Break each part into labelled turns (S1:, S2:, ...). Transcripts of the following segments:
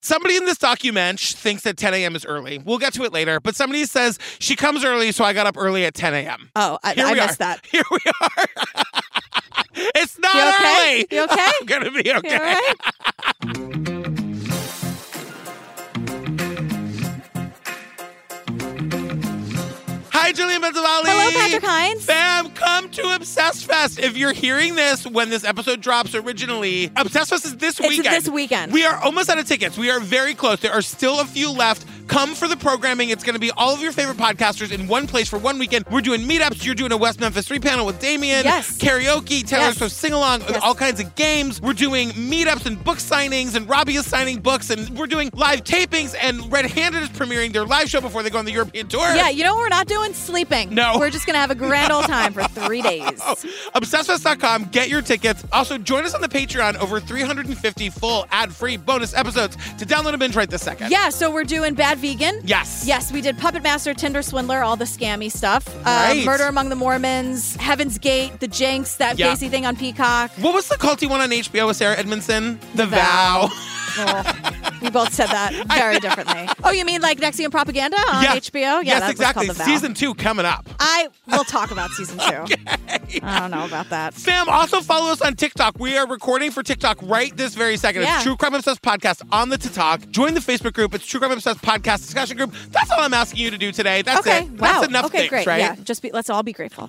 S1: Somebody in this document thinks that 10 a.m. is early. We'll get to it later, but somebody says she comes early, so I got up early at 10 a.m.
S2: Oh, I,
S1: Here
S2: I
S1: we
S2: missed
S1: are.
S2: that.
S1: Here we are. it's not
S2: You okay?
S1: early.
S2: You okay?
S1: I'm gonna be okay.
S2: You all right?
S1: Hi, Julian Benzavalli.
S2: Hello, Patrick Hines.
S1: Fam, come to Obsess Fest. If you're hearing this when this episode drops originally, Obsess Fest is this
S2: It's
S1: weekend.
S2: this weekend.
S1: We are almost out of tickets. We are very close. There are still a few left. Come for the programming. It's going to be all of your favorite podcasters in one place for one weekend. We're doing meetups. You're doing a West Memphis 3 panel with Damien.
S2: Yes.
S1: Karaoke, Taylor
S2: Yes.
S1: Swift sing along,
S2: Yes.
S1: all kinds of games. We're doing meetups and book signings, and Robbie is signing books, and we're doing live tapings, and Red Handed is premiering their live show before they go on the European tour.
S2: Yeah, you know what we're not doing? Sleeping.
S1: No. Oh,
S2: We're just going to have a grand old time for three days.
S1: Obsessfest.com. Get your tickets. Also, join us on the Patreon. Over 350 full ad-free bonus episodes to download and binge right this second.
S2: Yeah, so we're doing Bad Vegan.
S1: Yes.
S2: Yes, we did Puppet Master, Tinder Swindler, all the scammy stuff. Uh,
S1: Right.
S2: Murder Among the Mormons, Heaven's Gate, The Jinx, that
S1: Yeah.
S2: Gacy thing on Peacock.
S1: What was the culty one on HBO with Sarah Edmondson? The,
S2: Vow.
S1: Vow.
S2: Oh, we both said that very differently. Oh, you mean like Nexium Propaganda on
S1: Yeah.
S2: HBO? Yeah,
S1: yes,
S2: that was
S1: exactly.
S2: called The Vow.
S1: Season two coming up.
S2: I will talk about season two. I don't know about that.
S1: Fam, also follow us on TikTok. We are recording for TikTok right this very second.
S2: Yeah.
S1: It's True Crime Obsessed Podcast on the TikTok. Join the Facebook group. It's True Crime Obsessed Podcast discussion group. That's all I'm asking you to do today. That's
S2: okay.
S1: it.
S2: Wow.
S1: That's enough
S2: okay,
S1: things,
S2: great.
S1: right?
S2: Yeah. Just be, let's all be grateful.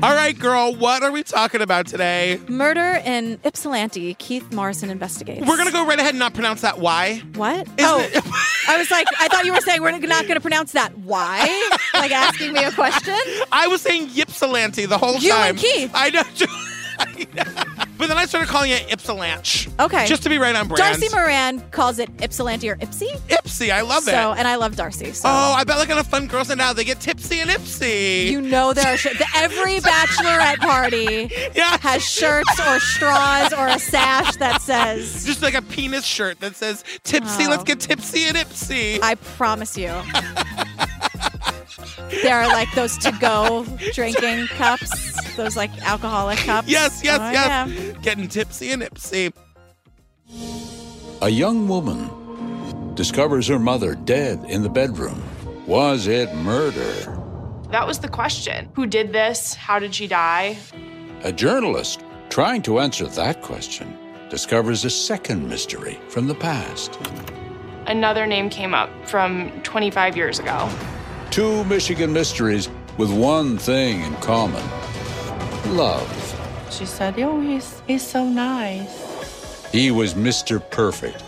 S1: All right, girl, what are we talking about today?
S2: Murder in Ypsilanti. Keith Morrison investigates.
S1: We're going to go right ahead and not pronounce that Y.
S2: What? oh, I was like, I thought you were saying we're not going to pronounce that. Why? like asking me a question.
S1: I was saying Ypsilanti the whole
S2: You
S1: time.
S2: and Keith.
S1: I know. but then I started calling it Ypsilanti.
S2: Okay.
S1: Just to be right on brand.
S2: Darcy Moran calls it Ypsilanti or Ipsy.
S1: Ipsy, I love
S2: So, uh,
S1: it.
S2: and I love Darcy. So.
S1: Oh, I bet like on a fun girls and out they get tipsy and ipsy.
S2: You know there are sh- the- every bachelorette party
S1: Yeah.
S2: has shirts or straws or a sash that says
S1: just like a penis shirt that says tipsy,
S2: Oh.
S1: let's get tipsy and ipsy.
S2: I promise you. there are like those to go drinking cups, those like alcoholic cups.
S1: yes, yes,
S2: Oh,
S1: yes.
S2: yeah.
S1: Getting tipsy and ipsy.
S3: A young woman discovers her mother dead in the bedroom. Was it murder?
S4: That was the question. Who did this? How did she die?
S3: A journalist trying to answer that question discovers a second mystery from the past.
S4: Another name came up from 25 years ago.
S3: Two Michigan mysteries with one thing in common love.
S5: She said, Oh, he's, he's so nice.
S3: He was Mr. Perfect,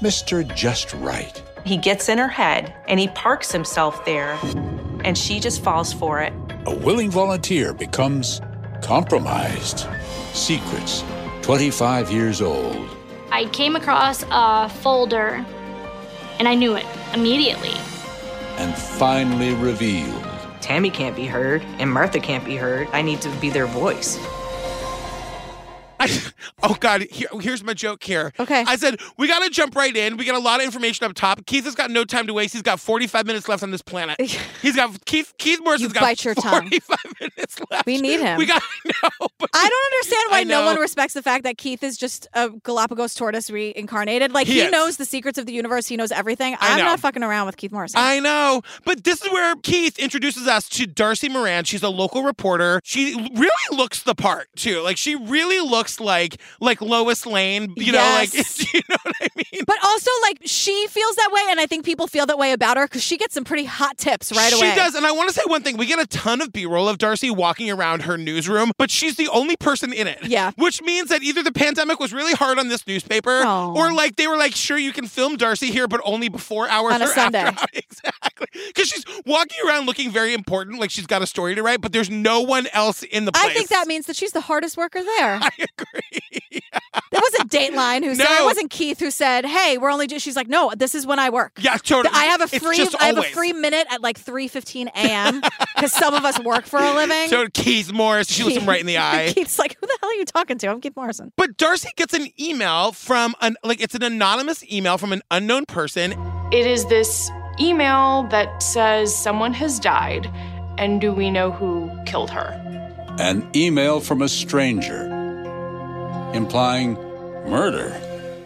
S3: Mr. Just Right.
S6: He gets in her head and he parks himself there, and she just falls for it.
S3: A willing volunteer becomes compromised. Secrets, 25 years old.
S7: I came across a folder and I knew it immediately.
S3: and finally revealed.
S6: Tammy can't be heard, and Martha can't be heard. I need to be their voice.
S1: I, oh God, here, here's my joke here.
S2: Okay.
S1: I said, we gotta jump right in. We got a lot of information up top. Keith has got no time to waste. He's got 45 minutes left on this planet. He's got Keith Keith Morrison's
S2: You
S1: got
S2: bite your tongue.
S1: 45 minutes left.
S2: We need him.
S1: We got no, but
S2: I don't understand why
S1: I
S2: no
S1: know.
S2: one respects the fact that Keith is just a Galapagos tortoise reincarnated. Like
S1: He
S2: he,
S1: is.
S2: knows the secrets of the universe. He knows everything.
S1: I
S2: I'm
S1: know.
S2: not fucking around with Keith Morrison.
S1: I know. But this is where Keith introduces us to Darcy Moran. She's a local reporter. She l- really looks the part too. Like she really looks like like Lois Lane. You know,
S2: Yes.
S1: like you know what I mean?
S2: but also, like she feels that way, and I think people feel that way about her because she gets some pretty hot tips right away.
S1: She does. And I want to say one thing. We get a ton of B-roll of Darcy walking around her newsroom, but she's the only person in it.
S2: Yeah.
S1: Which means that either the pandemic was really hard on this newspaper
S2: Oh.
S1: or like they were like, sure, you can film Darcy here, but only before hours
S2: On a
S1: or
S2: Sunday.
S1: after hours. Exactly. Because she's walking around looking very important, like she's got a story to write, but there's no one else in the place.
S2: I think that means that she's the hardest worker there.
S1: I agree.
S2: It wasn't Dateline who said it
S1: No.
S2: wasn't Keith who said, "Hey, we're only." do-" She's like, "No, this is when I work.
S1: Yeah, totally.
S2: I have a
S1: It's
S2: free.
S1: just
S2: I have a
S1: always.
S2: free minute at like three fifteen a.m. because some of us work for a living."
S1: So Keith Morris, she looks him right in the eye.
S2: Keith's like, "Who the hell are you talking to?" I'm Keith Morrison.
S1: But Darcy gets an email from an like it's an anonymous email from an unknown person
S4: It is this email that says someone has died, and do we know who killed her?
S3: an email from a stranger implying murder.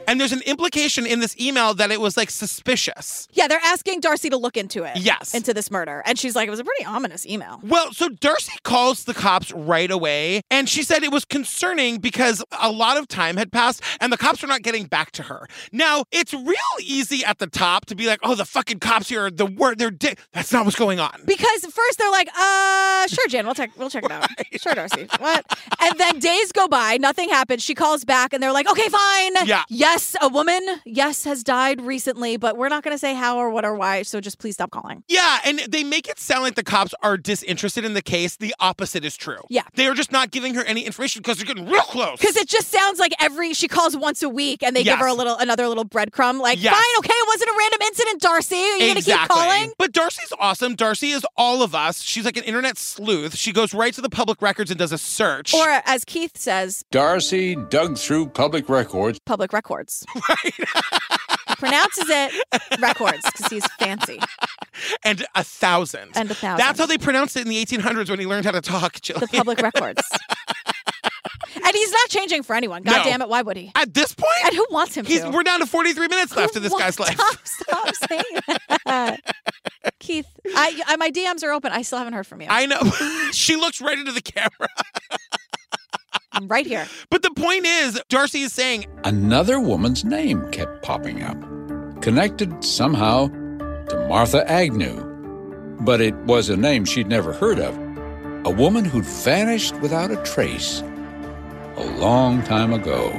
S1: And there's an implication in this email that it was like suspicious.
S2: Yeah, they're asking Darcy to look into it.
S1: Yes.
S2: Into this murder. And she's like, it was a pretty ominous email.
S1: Well, so Darcy calls the cops right away, and she said it was concerning because a lot of time had passed and the cops were not getting back to her. Now, it's real easy at the top to be like, oh, the fucking cops here are the word, they're di-. That's not what's going on.
S2: Because first they're like, uh, sure, Jan, we'll check, we'll check it out. Sure, Darcy. What? And then days go by, nothing happens. She calls back and they're like, okay, fine.
S1: Yeah.
S2: Yes, a woman, yes, has died recently, but we're not going to say how or what or why. So just please stop calling.
S1: Yeah, and they make it sound like the cops are disinterested in the case. The opposite is true.
S2: Yeah.
S1: They are just not giving her any information because they're getting real close.
S2: Because it just sounds like every she calls once a week and they give
S1: Yes.
S2: her a little another little breadcrumb. Like,
S1: Yes.
S2: fine, okay, it wasn't a random incident, Darcy. Are you gonna keep calling?
S1: But Darcy's awesome. Darcy is all of us. She's like an internet sleuth. She goes right to the public records and does a search.
S2: Or as Keith says,
S3: Darcy dug through public records
S2: public records. He pronounces it records because he's fancy.
S1: and a thousand.
S2: And a thousand.
S1: That's how they pronounced it in the 1800s when he learned how to talk.
S2: The
S1: Jillian.
S2: public records. And he's not changing for anyone. God
S1: No.
S2: damn it, why would he?
S1: At this point,
S2: And who wants him
S1: he's,
S2: to?
S1: we're down to 43 minutes left of this
S2: What?
S1: guy's life.
S2: Stop, stop saying that. Keith, I, I, my DMs are open. I still haven't heard from you.
S1: I know. she looks right into the camera.
S2: I'm right here.
S1: But the point is, Darcy is saying,
S3: another woman's name kept popping up, connected somehow to Martha Agnew. But it was a name she'd never heard of. A woman who'd vanished without a trace a long time ago.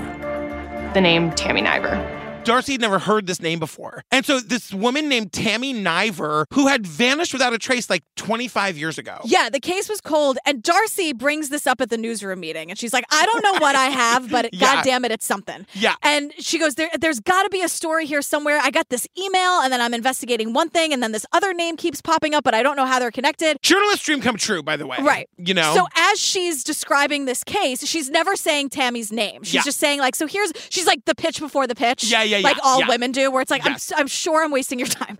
S4: The name Tammy Niver.
S1: Darcy had never heard this name before. And so this woman named Tammy Niver, who had vanished without a trace like 25 years ago.
S2: Yeah, the case was cold, and Darcy brings this up at the newsroom meeting, and she's like, "I don't know what I have, but it,
S1: Yeah.
S2: God damn it, it's something."
S1: Yeah.
S2: and she goes, there, "There's got to be a story here somewhere." I got this email, and then I'm investigating one thing, and then this other name keeps popping up, but I don't know how they're connected.
S1: Journalist dream come true, by the way.
S2: Right.
S1: You know?
S2: So as she's describing this case, she's never saying Tammy's name. She's
S1: Yeah.
S2: just saying like, so here's she's like the pitch before the pitch.
S1: Yeah, yeah, yeah,
S2: Like all
S1: yeah.
S2: women do, where it's like, I'm,
S1: Yes.
S2: s- I'm sure I'm wasting your time.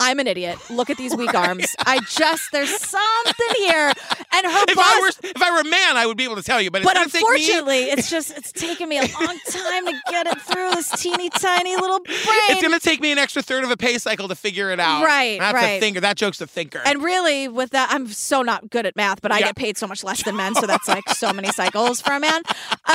S2: I'm an idiot. Look at these weak arms. I just there's something here, and her
S1: if
S2: boss.
S1: I were if I were a man, I would be able to tell you, but it's
S2: but
S1: gonna take me
S2: unfortunately, it's just it's taken me a long time to get it through this teeny tiny little brain.
S1: it's gonna take me an extra third of a pay cycle to figure it out.
S2: Right,
S1: That's a
S2: right.
S1: thinker. That joke's a thinker.
S2: And really, with that, I'm so not good at math, but I
S1: Yeah.
S2: get paid so much less than men, so that's like so many cycles for a man.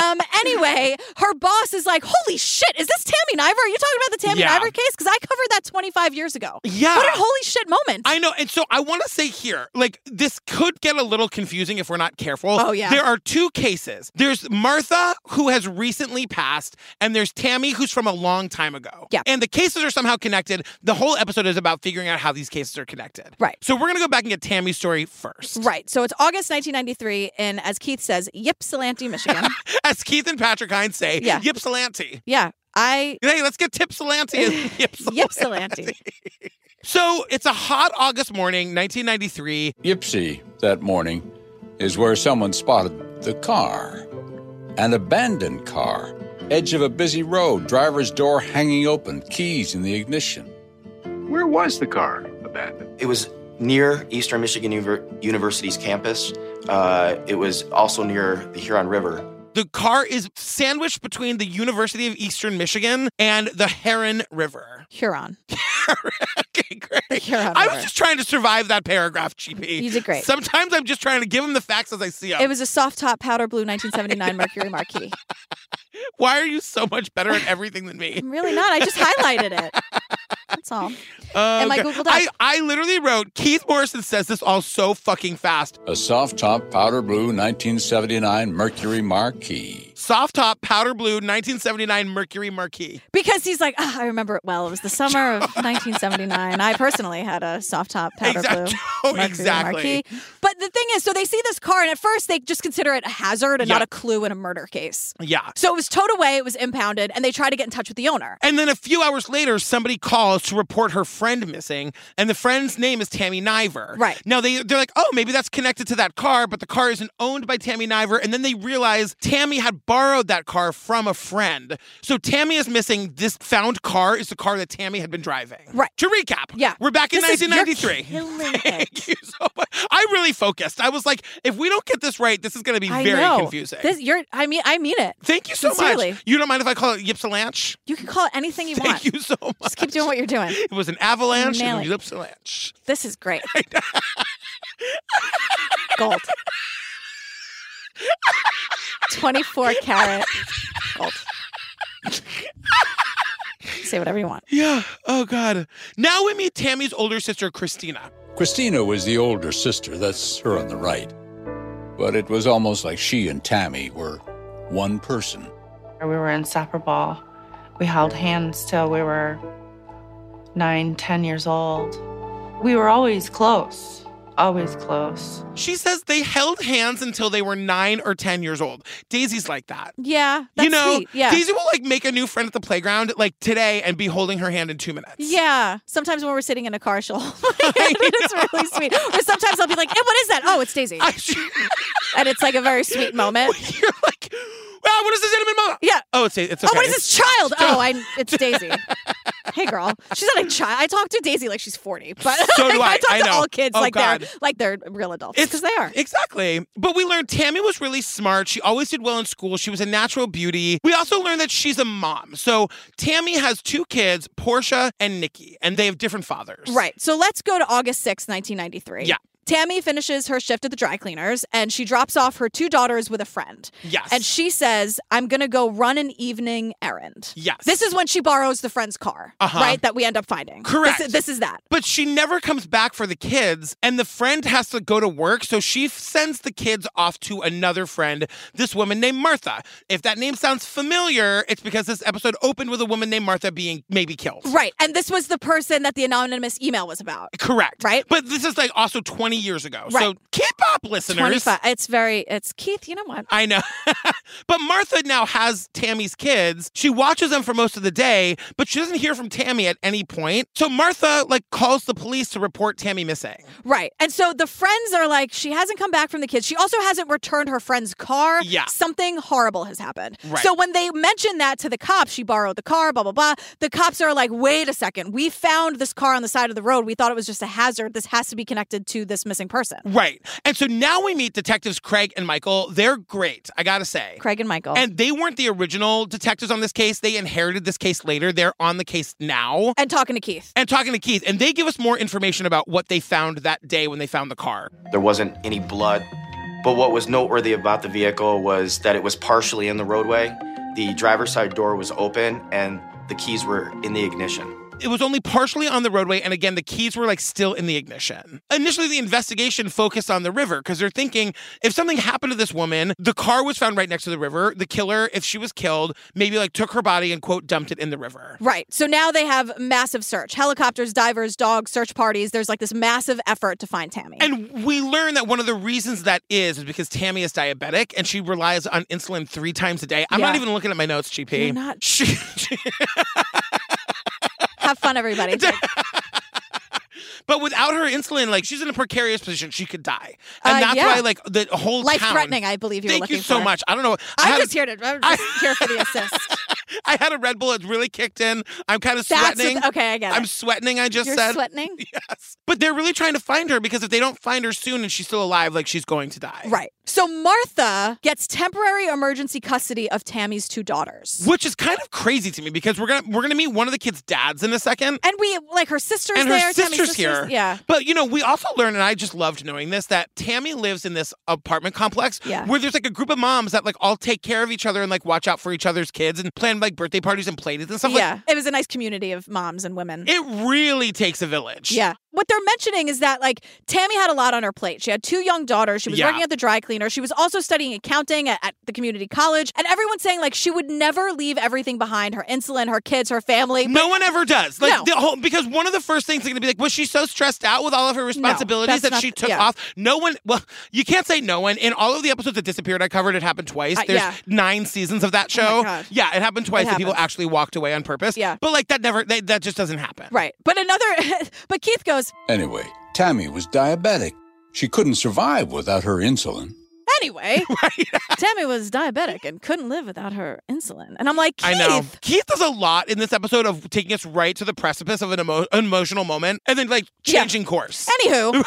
S2: Um, anyway, her boss is like, "Holy shit, is this Tammy Niver? Are you talking about the Tammy
S1: Yeah.
S2: Niver case? Because I covered that 25 years ago.
S1: Yeah.
S2: What a holy shit moment!
S1: I know. And so I want to say here, like, this could get a little confusing if we're not careful.
S2: Oh, yeah.
S1: There are two cases there's Martha, who has recently passed, and there's Tammy, who's from a long time ago.
S2: Yeah.
S1: And the cases are somehow connected. The whole episode is about figuring out how these cases are connected.
S2: Right.
S1: So we're going to go back and get Tammy's story first.
S2: Right. So it's August 1993, and as Keith says, Ypsilanti, Michigan.
S1: As Keith and Patrick Hines say,
S2: Yeah.
S1: Ypsilanti.
S2: yeah. I.
S1: Hey, let's get Tipsilanti. and Ypsilanti.
S2: Ypsilanti.
S1: So it's a hot August morning, 1993.
S3: Ypsi, that morning, is where someone spotted the car. An abandoned car, edge of a busy road, driver's door hanging open, keys in the ignition.
S8: Where was the car abandoned?
S9: It was near Eastern Michigan Univer- University's campus. Uh, it was also near the Huron River.
S1: The car is sandwiched between the University of Eastern Michigan and the Heron River.
S2: Huron.
S1: okay, great.
S2: Huron
S1: I
S2: River.
S1: was just trying to survive that paragraph, GP.
S2: You did great.
S1: Sometimes I'm just trying to give them the facts as I see them.
S2: It was a soft top powder blue 1979 Mercury Marquis.
S1: Why are you so much better at everything than me?
S2: I'm really not. I just highlighted it. That's all.
S1: Uh,
S2: And my
S1: okay.
S2: Google Doc.
S1: I, I literally wrote Keith Morrison says this all so fucking fast.
S3: A soft top powder blue 1979 Mercury Marquis.
S1: Soft top, powder blue, 1979 Mercury Marquis.
S2: Because he's like, "Ah, I remember it well. It was the summer of 1979. I personally had a soft top powder
S1: Exact-
S2: blue.
S1: Oh,
S2: Mercury
S1: exactly.
S2: Marquis. But the thing is, so they see this car, and at first they just consider it a hazard and
S1: Yeah.
S2: not a clue in a murder case.
S1: Yeah.
S2: So it was towed away, it was impounded, and they try to get in touch with the owner.
S1: And then a few hours later, somebody calls to report her friend missing, and the friend's name is Tammy Niver.
S2: Right.
S1: Now they they're like, oh, maybe that's connected to that car, but the car isn't owned by Tammy Niver. And then they realize Tammy had borrowed that car from a friend. So Tammy is missing. This found car is the car that Tammy had been driving.
S2: Right.
S1: To recap,
S2: Yeah.
S1: we're back in
S2: This is- you're
S1: 1993.
S2: killing it.
S1: Thank you so much. I really focused. I was like, if we don't get this right, this is going to be
S2: I
S1: very
S2: know.
S1: confusing.
S2: This, you're. I mean, I mean it.
S1: Thank you so
S2: Sincerely.
S1: much. You don't mind if I call it Ypsilanch?
S2: You can call it anything you
S1: Thank
S2: want.
S1: you so much.
S2: Just keep doing what you're doing.
S1: It was an avalanche and
S2: Nailing.
S1: an Ypsilanch.
S2: This is great. Gold. 24 carat gold. Say whatever you want.
S1: Yeah. Oh, God. Now we meet Tammy's older sister, Christina.
S3: Christina was the older sister, that's her on the right. But it was almost like she and Tammy were one person.
S5: We were inseparable. We held hands till we were nine, ten years old. We were always close, always close.
S1: She says they held hands until they were nine or 10 years old. Daisy's like that.
S2: Yeah. That's
S1: you know,
S2: sweet. Yeah.
S1: Daisy will like make a new friend at the playground like today and be holding her hand in two minutes.
S2: yeah. Sometimes when we're sitting in a car, she'll. I mean, it's really sweet. Or sometimes I'll be like, hey, what is that? Oh, it's Daisy.
S1: I, she-
S2: And it's like a very sweet moment.
S1: You're like, well, what is this intimate moment?
S2: Yeah.
S1: Oh, it's it's okay.
S2: Oh, what is this child? Oh, I, it's Daisy. hey, girl, she's not a child. I talk to Daisy like she's forty, but
S1: So
S2: like,
S1: do I.
S2: talk
S1: I
S2: to
S1: know.
S2: all kids
S1: Oh,
S2: like
S1: God.
S2: they're like they're real adults
S1: It's-
S2: because they are.
S1: Exactly. But we learned Tammy was really smart. She always did well in school. She was a natural beauty. We also learned that she's a mom. So Tammy has two kids, Portia and Nikki, and they have different fathers.
S2: Right. So let's go to August sixth, 1993.
S1: Yeah.
S2: Tammy finishes her shift at the dry cleaners and she drops off her two daughters with a friend.
S1: Yes.
S2: And she says, I'm going to go run an evening errand.
S1: Yes.
S2: This is when she borrows the friend's car,
S1: Uh-huh.
S2: right? That we end up finding. This-
S1: Correct.
S2: this is that.
S1: But she never comes back for the kids, and the friend has to go to work, so she f- sends the kids off to another friend, this woman named Martha. If that name sounds familiar, it's because this episode opened with a woman named Martha being maybe killed.
S2: Right. And this was the person that the anonymous email was about.
S1: Correct.
S2: Right?
S1: But this is like also 20 years ago. So
S2: Right.
S1: keep up, listeners.
S2: 25. It's very, it's Keith, you know what?
S1: I know. but Martha now has Tammy's kids. She watches them for most of the day, but she doesn't hear from Tammy at any point. So Martha like calls the police to report Tammy missing.
S2: Right. And so the friends are like, she hasn't come back from the kids. She also hasn't returned her friend's car.
S1: Yeah.
S2: Something horrible has happened.
S1: Right.
S2: So when they mention that to the cops, she borrowed the car, blah, blah, blah. The cops are like, wait a second. We found this car on the side of the road. We thought it was just a hazard. This has to be connected to this missing person.
S1: Right. And so now we meet detectives Craig and Michael. They're great, I gotta say.
S2: Craig and Michael.
S1: And they weren't the original detectives on this case. They inherited this case later. They're on the case now.
S2: and talking to Keith.
S1: And talking to Keith, and they give us more information about what they found that day when they found the car.
S9: There wasn't any blood, but what was noteworthy about the vehicle was that it was partially in the roadway. The driver's side door was open and the keys were in the ignition.
S1: It was only partially on the roadway, and again, the keys were like still in the ignition. Initially, the investigation focused on the river because they're thinking if something happened to this woman, the car was found right next to the river. The killer, if she was killed, maybe like took her body and quote dumped it in the river.
S2: Right. So now they have massive search helicopters, divers, dogs, search parties. There's like this massive effort to find Tammy.
S1: And we learn that one of the reasons that is is because Tammy is diabetic and she relies on insulin three times a day. I'm not
S2: Yeah.
S1: even looking at my notes, GP.
S2: You're not.
S1: She-
S2: have fun, everybody.
S1: but without her insulin, like she's in a precarious position. She could die, and
S2: Uh,
S1: that's
S2: yeah.
S1: why like the whole
S2: Life
S1: town-
S2: threatening, I believe you were
S1: Thank you
S2: looking
S1: so
S2: for.
S1: much. I don't know. I
S2: I'm
S1: had
S2: just
S1: a-
S2: here to. I'm just here for the assist.
S1: I had a Red Bull. It's really kicked in. I'm kind of
S2: That's
S1: sweating.
S2: what- okay, I get
S1: I'm
S2: it.
S1: sweating. I just
S2: You're
S1: said.
S2: sweating,
S1: Yes. But they're really trying to find her because if they don't find her soon and she's still alive, like she's going to die.
S2: right? So Martha gets temporary emergency custody of Tammy's two daughters,
S1: Which is kind of crazy to me because we're gonna we're gonna meet one of the kids' dads in a second.
S2: and we like her sisters
S1: and her
S2: there.
S1: sister's
S2: Tammy's sisters,
S1: here.
S2: Yeah.
S1: But you know, we also learned, and I just loved knowing this, that Tammy lives in this apartment complex
S2: Yeah.
S1: where there's like a group of moms that like all take care of each other and like watch out for each other's kids and plan like birthday parties and play dates and stuff like
S2: yeah, it was a nice community of moms and women.
S1: it really takes a village.
S2: Yeah. What they're mentioning is that like Tammy had a lot on her plate. She had two young daughters. She was
S1: Yeah.
S2: working at the dry cleaner. She was also studying accounting at, at the community college. And everyone's saying like she would never leave everything behind her insulin, her kids, her family.
S1: No one ever does. Like
S2: No.
S1: the whole because one of the first things they're gonna be like, was she so stressed out with all of her responsibilities
S2: that's
S1: that
S2: not-
S1: she took
S2: yeah.
S1: off? No one well, you can't say no one. In all of the episodes that disappeared, I covered it happened twice.
S2: Uh,
S1: There's
S2: yeah. Oh
S1: nine seasons of that show.
S2: God.
S1: Yeah, it happened twice that people
S2: happens.
S1: actually walked away on purpose.
S2: Yeah.
S1: But like that never that, that just doesn't happen.
S2: Right. But another but Keith goes,
S3: Anyway, Tammy was diabetic. She couldn't survive without her insulin.
S2: anyway, Tammy was diabetic and couldn't live without her insulin. And I'm like, Keith,
S1: I know. Keith does a lot in this episode of taking us right to the precipice of an, emo- an emotional moment and then like
S2: Yeah.
S1: changing course.
S2: Anywho,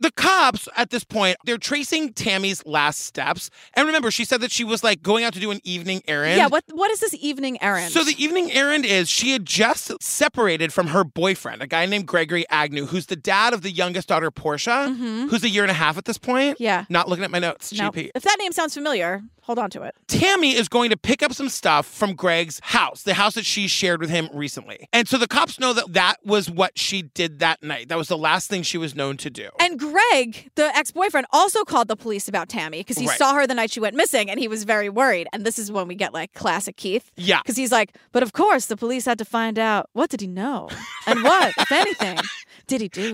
S1: The cops at this point, they're tracing Tammy's last steps. And remember, she said that she was like going out to do an evening errand.
S2: yeah, what what is this evening errand?
S1: So the evening errand is she had just separated from her boyfriend, a guy named Gregory Agnew, who's the dad of the youngest daughter Portia,
S2: Mhm.
S1: who's a year and a half at this point.
S2: Yeah.
S1: Not looking at my notes,
S2: No.
S1: GP.
S2: If that name sounds familiar, hold on to it.
S1: Tammy is going to pick up some stuff from Greg's house, the house that she shared with him recently. And so the cops know that that was what she did that night. That was the last thing she was known to do.
S2: And Greg, the ex-boyfriend, also called the police about Tammy because he
S1: Right.
S2: saw her the night she went missing and he was very worried. And this is when we get like classic Keith.
S1: yeah.
S2: Because he's like, but of course the police had to find out what did he know? And what, if anything, did he do?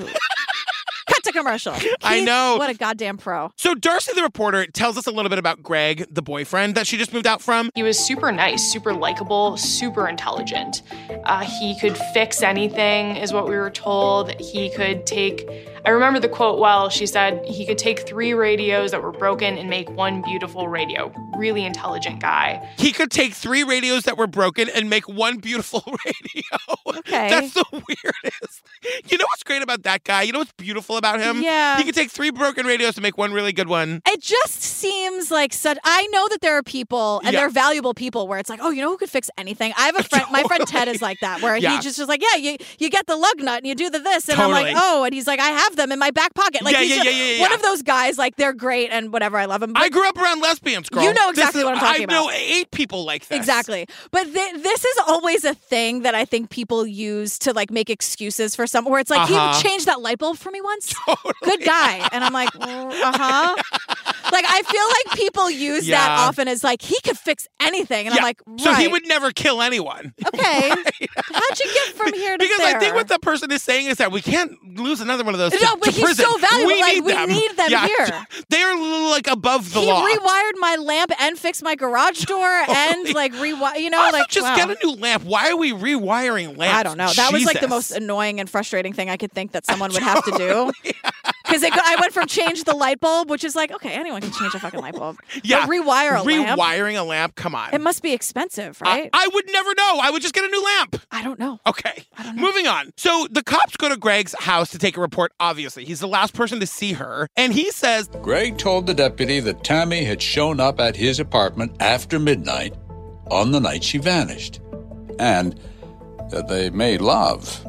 S2: Cut to commercial.
S1: I
S2: Keith,
S1: know.
S2: What a goddamn pro.
S1: So Darcy the reporter tells us a little bit about Greg, the boyfriend that she just moved out from.
S4: He was super nice, super likable, super intelligent. Uh, he could fix anything, is what we were told. He could take, I remember the quote well. She said, he could take three radios that were broken and make one beautiful radio. Really intelligent guy.
S1: He could take three radios that were broken and make one beautiful radio.
S2: Okay.
S1: That's the weirdest. You know what's great about that guy? You know what's beautiful about him?
S2: Yeah.
S1: He could take three broken radios to make one really good one.
S2: It just seems like such. I know that there are people, and
S1: Yeah.
S2: they're valuable people, where it's like, oh, you know who could fix anything? I have a friend. My friend Ted is like that, where
S1: Yeah.
S2: he just is like, yeah, you, you get the lug nut and you do the this, and I'm
S1: Totally.
S2: like, oh, and he's like, I have them in my back pocket. Like,
S1: Yeah,
S2: he's
S1: yeah,
S2: just
S1: yeah, yeah, yeah,
S2: one
S1: yeah.
S2: of those guys. Like, they're great and whatever. I love him. But
S1: I grew up around lesbians, girl.
S2: You know
S1: This
S2: exactly
S1: is-
S2: what I'm talking
S1: I know
S2: about.
S1: eight people like this.
S2: Exactly. But thi- this is always a thing that I think people use to like make excuses for someone where it's like,
S1: Uh-huh.
S2: he changed that light bulb for me once. Good guy. And I'm like, uh huh. like, I feel like people use that
S1: Yeah.
S2: often as like, he could fix anything. And
S1: Yeah.
S2: I'm like, right.
S1: So he would never kill anyone.
S2: Okay. How'd you get from here to
S1: because
S2: there?
S1: I think what the person is saying is that we can't lose another one of those.
S2: No,
S1: to-
S2: but
S1: to
S2: he's
S1: prison.
S2: so valuable,
S1: We
S2: like,
S1: need
S2: we
S1: them.
S2: need them
S1: Yeah.
S2: here.
S1: They are like above the
S2: he
S1: law.
S2: rewired my lamp and fixed my garage door and like rewire, you know,
S1: also,
S2: like
S1: just
S2: wow.
S1: get a new lamp. Why are we rewiring lamps?
S2: I don't know. That was like the
S1: Jesus.
S2: most annoying and frustrating thing I could think that someone would have to do. Because I went from change the light bulb, which is like, okay, anyone can change a fucking light bulb. But
S1: Yeah.
S2: rewire a
S1: rewiring
S2: lamp.
S1: a lamp. Come on.
S2: It must be expensive,
S1: I-
S2: right?
S1: I, would never know. I would just get a new lamp.
S2: I, don't know.
S1: Okay. Moving on. So the cops go to Greg's house to take a report, obviously. He's the last person to see her. And he says,
S3: Gregg told the deputy that Tammy had shown up at his apartment after midnight on the night she vanished, and that they made love.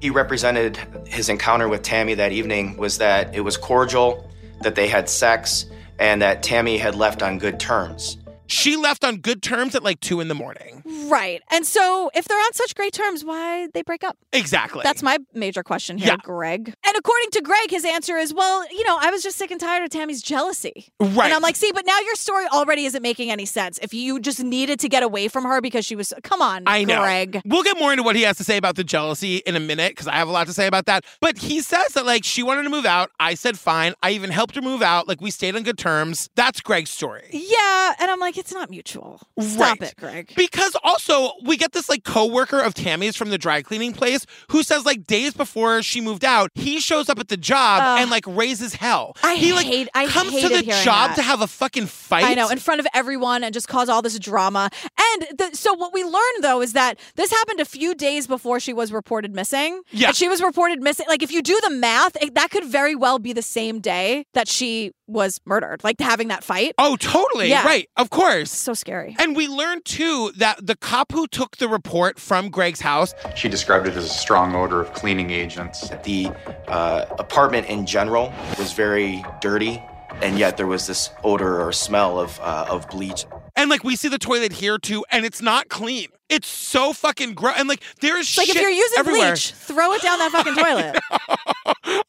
S9: He represented his encounter with Tammy that evening was that it was cordial, that they had sex, and that Tammy had left on good terms.
S1: she left on good terms at like two in the morning.
S2: Right. And so if they're on such great terms, why they break up?
S1: Exactly.
S2: That's my major question here,
S1: Yeah.
S2: Greg. And according to Greg, his answer is, well, you know, I was just sick and tired of Tammy's jealousy.
S1: Right.
S2: And I'm like, see, but now your story already isn't making any sense. If you just needed to get away from her because she was, come on,
S1: I know.
S2: Greg.
S1: We'll get more into what he has to say about the jealousy in a minute because I have a lot to say about that. But he says that, like, she wanted to move out. I said fine. I even helped her move out. Like, we stayed on good terms. That's Greg's story.
S2: Yeah, and I'm like, it's not mutual. Stop
S1: Right.
S2: it, Greg.
S1: Because also we get this like coworker of Tammy's from the dry cleaning place who says like days before she moved out, he shows up at the job
S2: Ugh.
S1: and like raises hell.
S2: I
S1: he like
S2: hate- I
S1: comes to
S2: hated
S1: the
S2: hearing
S1: job
S2: that.
S1: to have a fucking fight.
S2: I know, in front of everyone and just cause all this drama. And the, so, what we learned though is that this happened a few days before she was reported missing.
S1: Yeah.
S2: And she was reported missing. Like, if you do the math, it, that could very well be the same day that she was murdered, like having that fight.
S1: oh, totally.
S2: Yeah.
S1: Right. Of course.
S2: So scary.
S1: And we learned too that the cop who took the report from Greg's house,
S10: She described it as a strong odor of cleaning agents.
S9: The uh, apartment in general was very dirty, and yet there was this odor or smell of, uh, of bleach.
S1: and like we see the toilet here too, and it's not clean. It's so fucking gross. And like there is
S2: It's like,
S1: shit
S2: if you're using
S1: everywhere.
S2: bleach, throw it down that fucking toilet.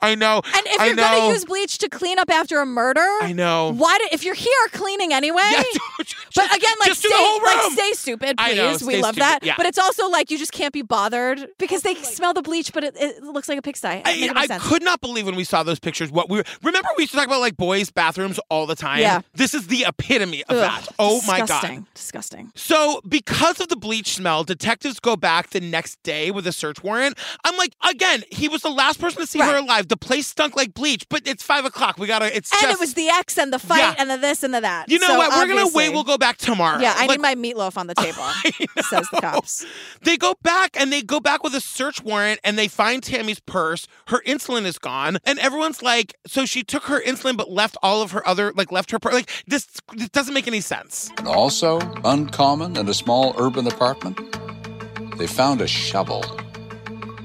S1: I know.
S2: And if
S1: I
S2: you're going
S1: know.
S2: to use bleach to clean up after a murder,
S1: I know.
S2: Why do, if you're here cleaning anyway?
S1: Yeah,
S2: But again, like
S1: just
S2: stay,
S1: do the whole
S2: like
S1: room.
S2: stay stupid,
S1: I
S2: please.
S1: know,
S2: we
S1: stay
S2: love
S1: stupid,
S2: that.
S1: yeah.
S2: But it's also like you just can't be bothered because they smell the bleach, but it, it looks like a pigsty.
S1: I,
S2: Make no
S1: I
S2: sense.
S1: could not believe when we saw those pictures. What we were, remember, we used to talk about like boys' bathrooms all the time.
S2: Yeah.
S1: This is the epitome of
S2: Ugh,
S1: that. Oh my
S2: disgusting,
S1: god.
S2: disgusting.
S1: So, because of the bleach bleach smell, detectives go back the next day with a search warrant. I'm like, again, he was the last person to see her alive. The place stunk like bleach, but it's five o'clock. We gotta. It's
S2: and
S1: just.
S2: it was the X and the fight
S1: Yeah.
S2: and the this and the that.
S1: you know
S2: So
S1: what? We're gonna
S2: obviously-
S1: wait. We'll go back tomorrow.
S2: Yeah, I
S1: Like,
S2: need my meatloaf on the table, says the cops.
S1: They go back and they go back with a search warrant and they find Tammy's purse. Her insulin is gone. And everyone's like, so she took her insulin but left all of her other, like left her purse. Like, this, this doesn't make any sense.
S3: And also, uncommon in a small urban apartment, they found a shovel.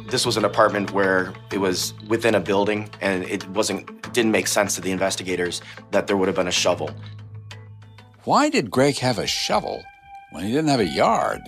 S9: This was an apartment where it was within a building, and it wasn't didn't make sense to the investigators that there would have been a shovel.
S3: Why did Greg have a shovel when he didn't have a yard?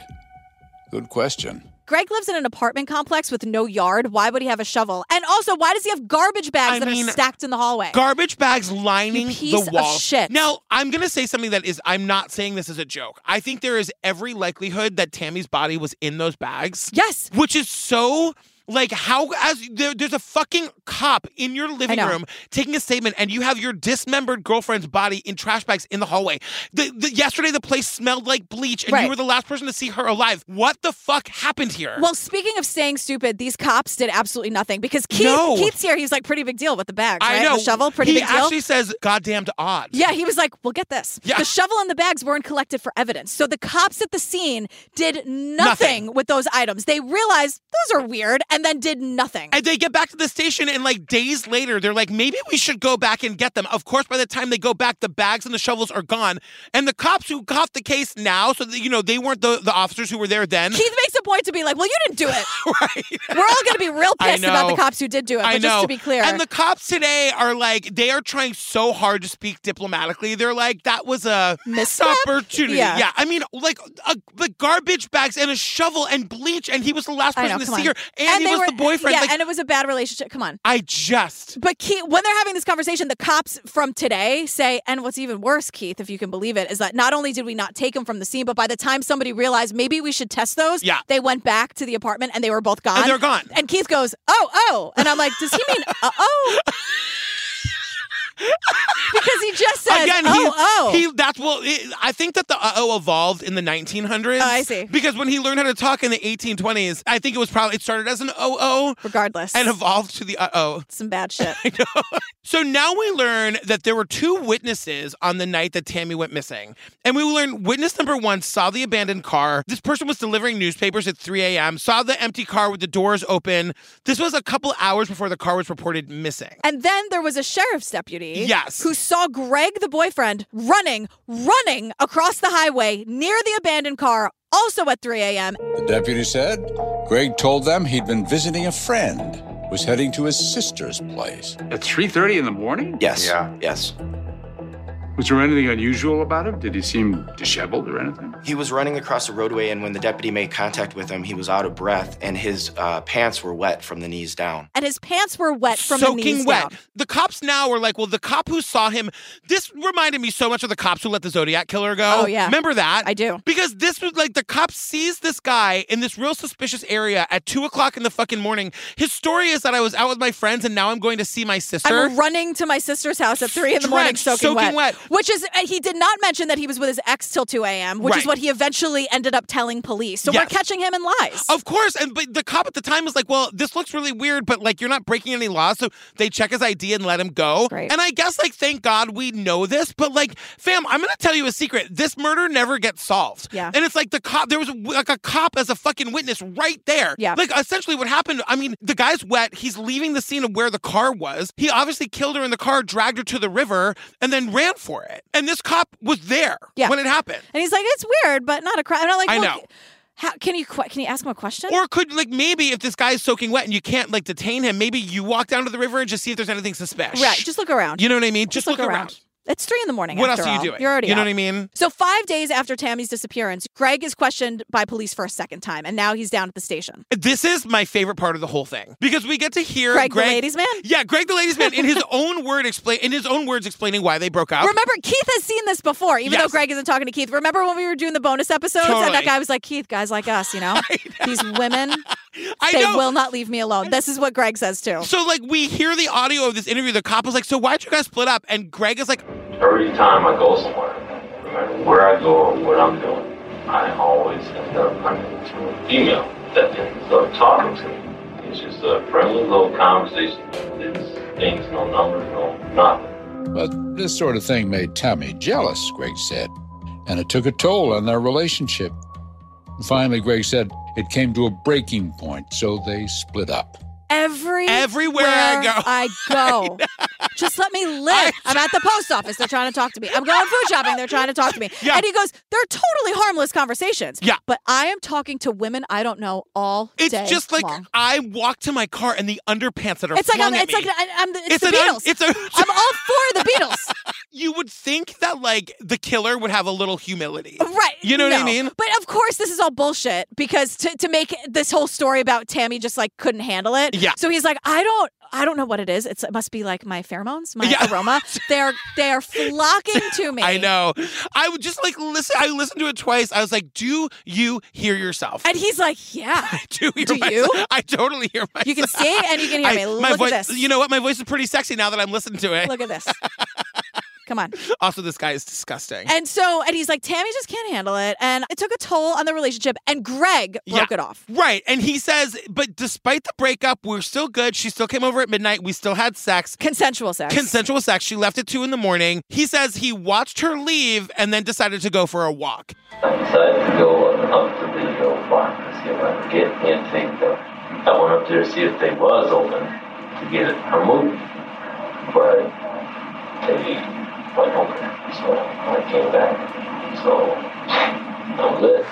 S3: Good question.
S2: Greg lives in an apartment complex with no yard. Why would he have a shovel? And also, why does he have garbage bags
S1: I
S2: that
S1: mean,
S2: are stacked in the hallway?
S1: Garbage bags lining
S2: You piece
S1: the
S2: of
S1: wall.
S2: shit.
S1: Now, I'm going to say something that is, I'm not saying this as a joke. I think there is every likelihood that Tammy's body was in those bags.
S2: yes.
S1: which is so like how as there, there's a fucking cop in your living
S2: know.
S1: room taking a statement and you have your dismembered girlfriend's body in trash bags in the hallway the, the, yesterday the place smelled like bleach and you
S2: Right.
S1: were the last person to see her alive what the fuck happened here
S2: Well, speaking of staying stupid, these cops did absolutely nothing because Keith,
S1: No.
S2: Keith's here. He's like, pretty big deal with the bag,
S1: i
S2: right?
S1: know
S2: The shovel, pretty
S1: he
S2: big deal.
S1: actually says goddamned odd
S2: Yeah, he was like, well, get this.
S1: Yeah.
S2: The shovel and the bags weren't collected for evidence. So the cops at the scene did nothing,
S1: Nothing.
S2: with those items. They realized those are weird and then did nothing.
S1: And they get back to the station, and like days later, they're like, maybe we should go back and get them. Of course, by the time they go back, the bags and the shovels are gone. And the cops who caught the case now, so that, you know, they weren't the, the officers who were there then.
S2: Keith makes a point to be like, well, you didn't do it. We're all going to be real
S1: I
S2: pissed about
S1: know.
S2: the cops who did do it.
S1: I
S2: but
S1: know.
S2: just to be clear.
S1: And the cops today are like, they are trying so hard to speak diplomatically. They're like, that was a missed
S2: Misstep?
S1: opportunity.
S2: Yeah.
S1: Yeah. I mean, like, a, like garbage bags and a shovel and bleach, and he was the last
S2: I
S1: person
S2: know,
S1: to
S2: come
S1: see
S2: on.
S1: her, and, he
S2: they
S1: was
S2: were-
S1: the boyfriend.
S2: Yeah,
S1: like,
S2: and it was a bad relationship. Come on.
S1: I just.
S2: But Keith, when they're having this conversation, the cops from today say, and what's even worse, Keith, if you can believe it, is that not only did we not take him from the scene, but by the time somebody realized maybe we should test those,
S1: Yeah.
S2: they went back to the apartment and they were both gone.
S1: And they're gone.
S2: And Keith goes, oh, oh. And I'm like, does he mean, uh, oh? because he just says,
S1: Again,
S2: oh,
S1: he,
S2: oh.
S1: he that's well. It, I think that the uh oh evolved in the 1900s.
S2: Oh, I see.
S1: Because when he learned how to talk in the 1820s, I think it was probably it started as an oh oh
S2: Regardless.
S1: and evolved to the uh oh.
S2: some bad shit.
S1: So now we learn that there were two witnesses on the night that Tammy went missing. And we learn witness number one saw the abandoned car. This person was delivering newspapers at 3 a.m., saw the empty car with the doors open. This was a couple hours before the car was reported missing.
S2: And then there was a sheriff's deputy.
S1: Yes.
S2: Who saw Greg, the boyfriend, running, running across the highway near the abandoned car, also at 3 a.m.
S3: The deputy said Greg told them he'd been visiting a friend, was heading to his sister's place.
S11: At 3.30 in the morning?
S9: Yes.
S10: Yeah.
S9: Yes.
S11: Was there anything unusual about him? Did he seem disheveled or anything?
S9: He was running across the roadway, and when the deputy made contact with him, he was out of breath, and his uh, pants were wet from the knees down.
S2: And his pants were wet from
S1: soaking
S2: the knees
S1: wet.
S2: down.
S1: The cops now are like, well, the cop who saw him, this reminded me so much of the cops who let the Zodiac killer go.
S2: Oh, yeah.
S1: Remember that?
S2: I do.
S1: Because this was like the cop sees this guy in this real suspicious area at two o'clock in the fucking morning. His story is that I was out with my friends and now I'm going to see my sister.
S2: I'm running to my sister's house at 3 in the morning
S1: Drenched,
S2: soaking,
S1: soaking wet.
S2: Which is, uh, he did not mention that he was with his ex till 2 a.m., which
S1: Right.
S2: is what he eventually ended up telling police. So
S1: Yes. Oh.
S2: we're catching him in lies.
S1: Of course, and but the cop at the time was like, "Well, this looks really weird, but like you're not breaking any laws, so they check his ID and let him go."
S2: Great.
S1: And I guess like thank God we know this, but like fam, I'm gonna tell you a secret: this murder never gets solved.
S2: Yeah.
S1: and it's like the cop. There was like a cop as a fucking witness right there.
S2: Yeah.
S1: like essentially what happened. I mean, the guy's wet. He's leaving the scene of where the car was. He obviously killed her in the car, dragged her to the river, and then ran for it. And this cop was there
S2: Yeah.
S1: when it happened.
S2: and he's like, it's weird, but not a crime. And I'm like,
S1: I
S2: well,
S1: know.
S2: How, can you que- can you ask him a question?
S1: Or could like maybe if this guy is soaking wet and you can't like detain him, maybe you walk down to the river and just see if there's anything suspicious.
S2: right, just look around.
S1: you know what I mean. Just, look, around.
S2: It's three in the morning.
S1: What
S2: after
S1: else are you
S2: all.
S1: doing?
S2: You're already.
S1: You know
S2: out.
S1: what I mean?
S2: So five days after Tammy's disappearance, Greg is questioned by police for a second time, and now he's down at the station.
S1: This is my favorite part of the whole thing because we get to hear
S2: Greg, the ladies' man.
S1: Yeah, Greg the ladies man in his own word explain in his own words explaining why they broke up.
S2: Remember, Keith has seen this before, even though
S1: Oh. Yes.
S2: Greg isn't talking to Keith. Remember when we were doing the bonus episodes and
S1: Totally.
S2: that guy was like, Keith, guys like us, you know? These women,
S1: I
S2: they
S1: know.
S2: will not leave me alone. This is what Greg says too.
S1: so like we hear the audio of this interview. The cop was like, "So why'd you guys split up?" And Greg is like,
S12: Every time I go somewhere, no matter where I go or what I'm doing, I always end up running to a female that ends up talking to me. It's just a friendly little conversation. It's things, no numbers, no nothing.
S3: But this sort of thing made Tommy jealous, Greg said, and it took a toll on their relationship. Finally, Greg said it came to a breaking point, so they split up.
S2: Every
S1: Everywhere I go.
S2: I go. Just let me live. I'm at the post office. They're trying to talk to me. I'm going food shopping. They're trying to talk to me.
S1: Yeah.
S2: And he goes, they're totally harmless conversations.
S1: Yeah.
S2: But I am talking to women I don't know all
S1: It's
S2: day
S1: just like
S2: long.
S1: I walk to my car and the underpants that are
S2: It's like
S1: flung
S2: I'm,
S1: at
S2: it's like
S1: me.
S2: I- I'm the, it's,
S1: It's
S2: the
S1: an un-
S2: Beatles.
S1: it's a-
S2: I'm all for the Beatles.
S1: you would think that like the killer would have a little humility.
S2: Right.
S1: You know what I
S2: no.
S1: mean?
S2: But of course, this is all bullshit because to, to make this whole story about Tammy just like couldn't handle it.
S1: Yeah.
S2: So he's like, I don't, I don't know what it is. It's, it must be like my pheromones, my aroma. They're they are flocking to me.
S1: I know. I would just like listen. I listened to it twice. I was like, "Do you hear yourself?"
S2: And he's like, Yeah.
S1: do hear
S2: Do
S1: myself.
S2: you?
S1: I totally hear myself.
S2: You can see and you can hear me.
S1: my
S2: Look at
S1: voice,
S2: this.
S1: You know what? My voice is pretty sexy now that I'm listening to it.
S2: Look at this. Come on.
S1: Also, this guy is disgusting.
S2: And so, and he's like, Tammy just can't handle it. And it took a toll on the relationship. And Greg broke
S1: Yeah.
S2: it off.
S1: Right. And he says, but despite the breakup, we're still good. She still came over at midnight. We still had sex.
S2: Consensual sex.
S1: Consensual sex. She left at two in the morning. He says he watched her leave and then decided to go for a walk.
S12: I decided to go up to the old barn to see if I could get anything. But I went up there to see if they was open to get a movie, but they went open. So I came back. So I'm good.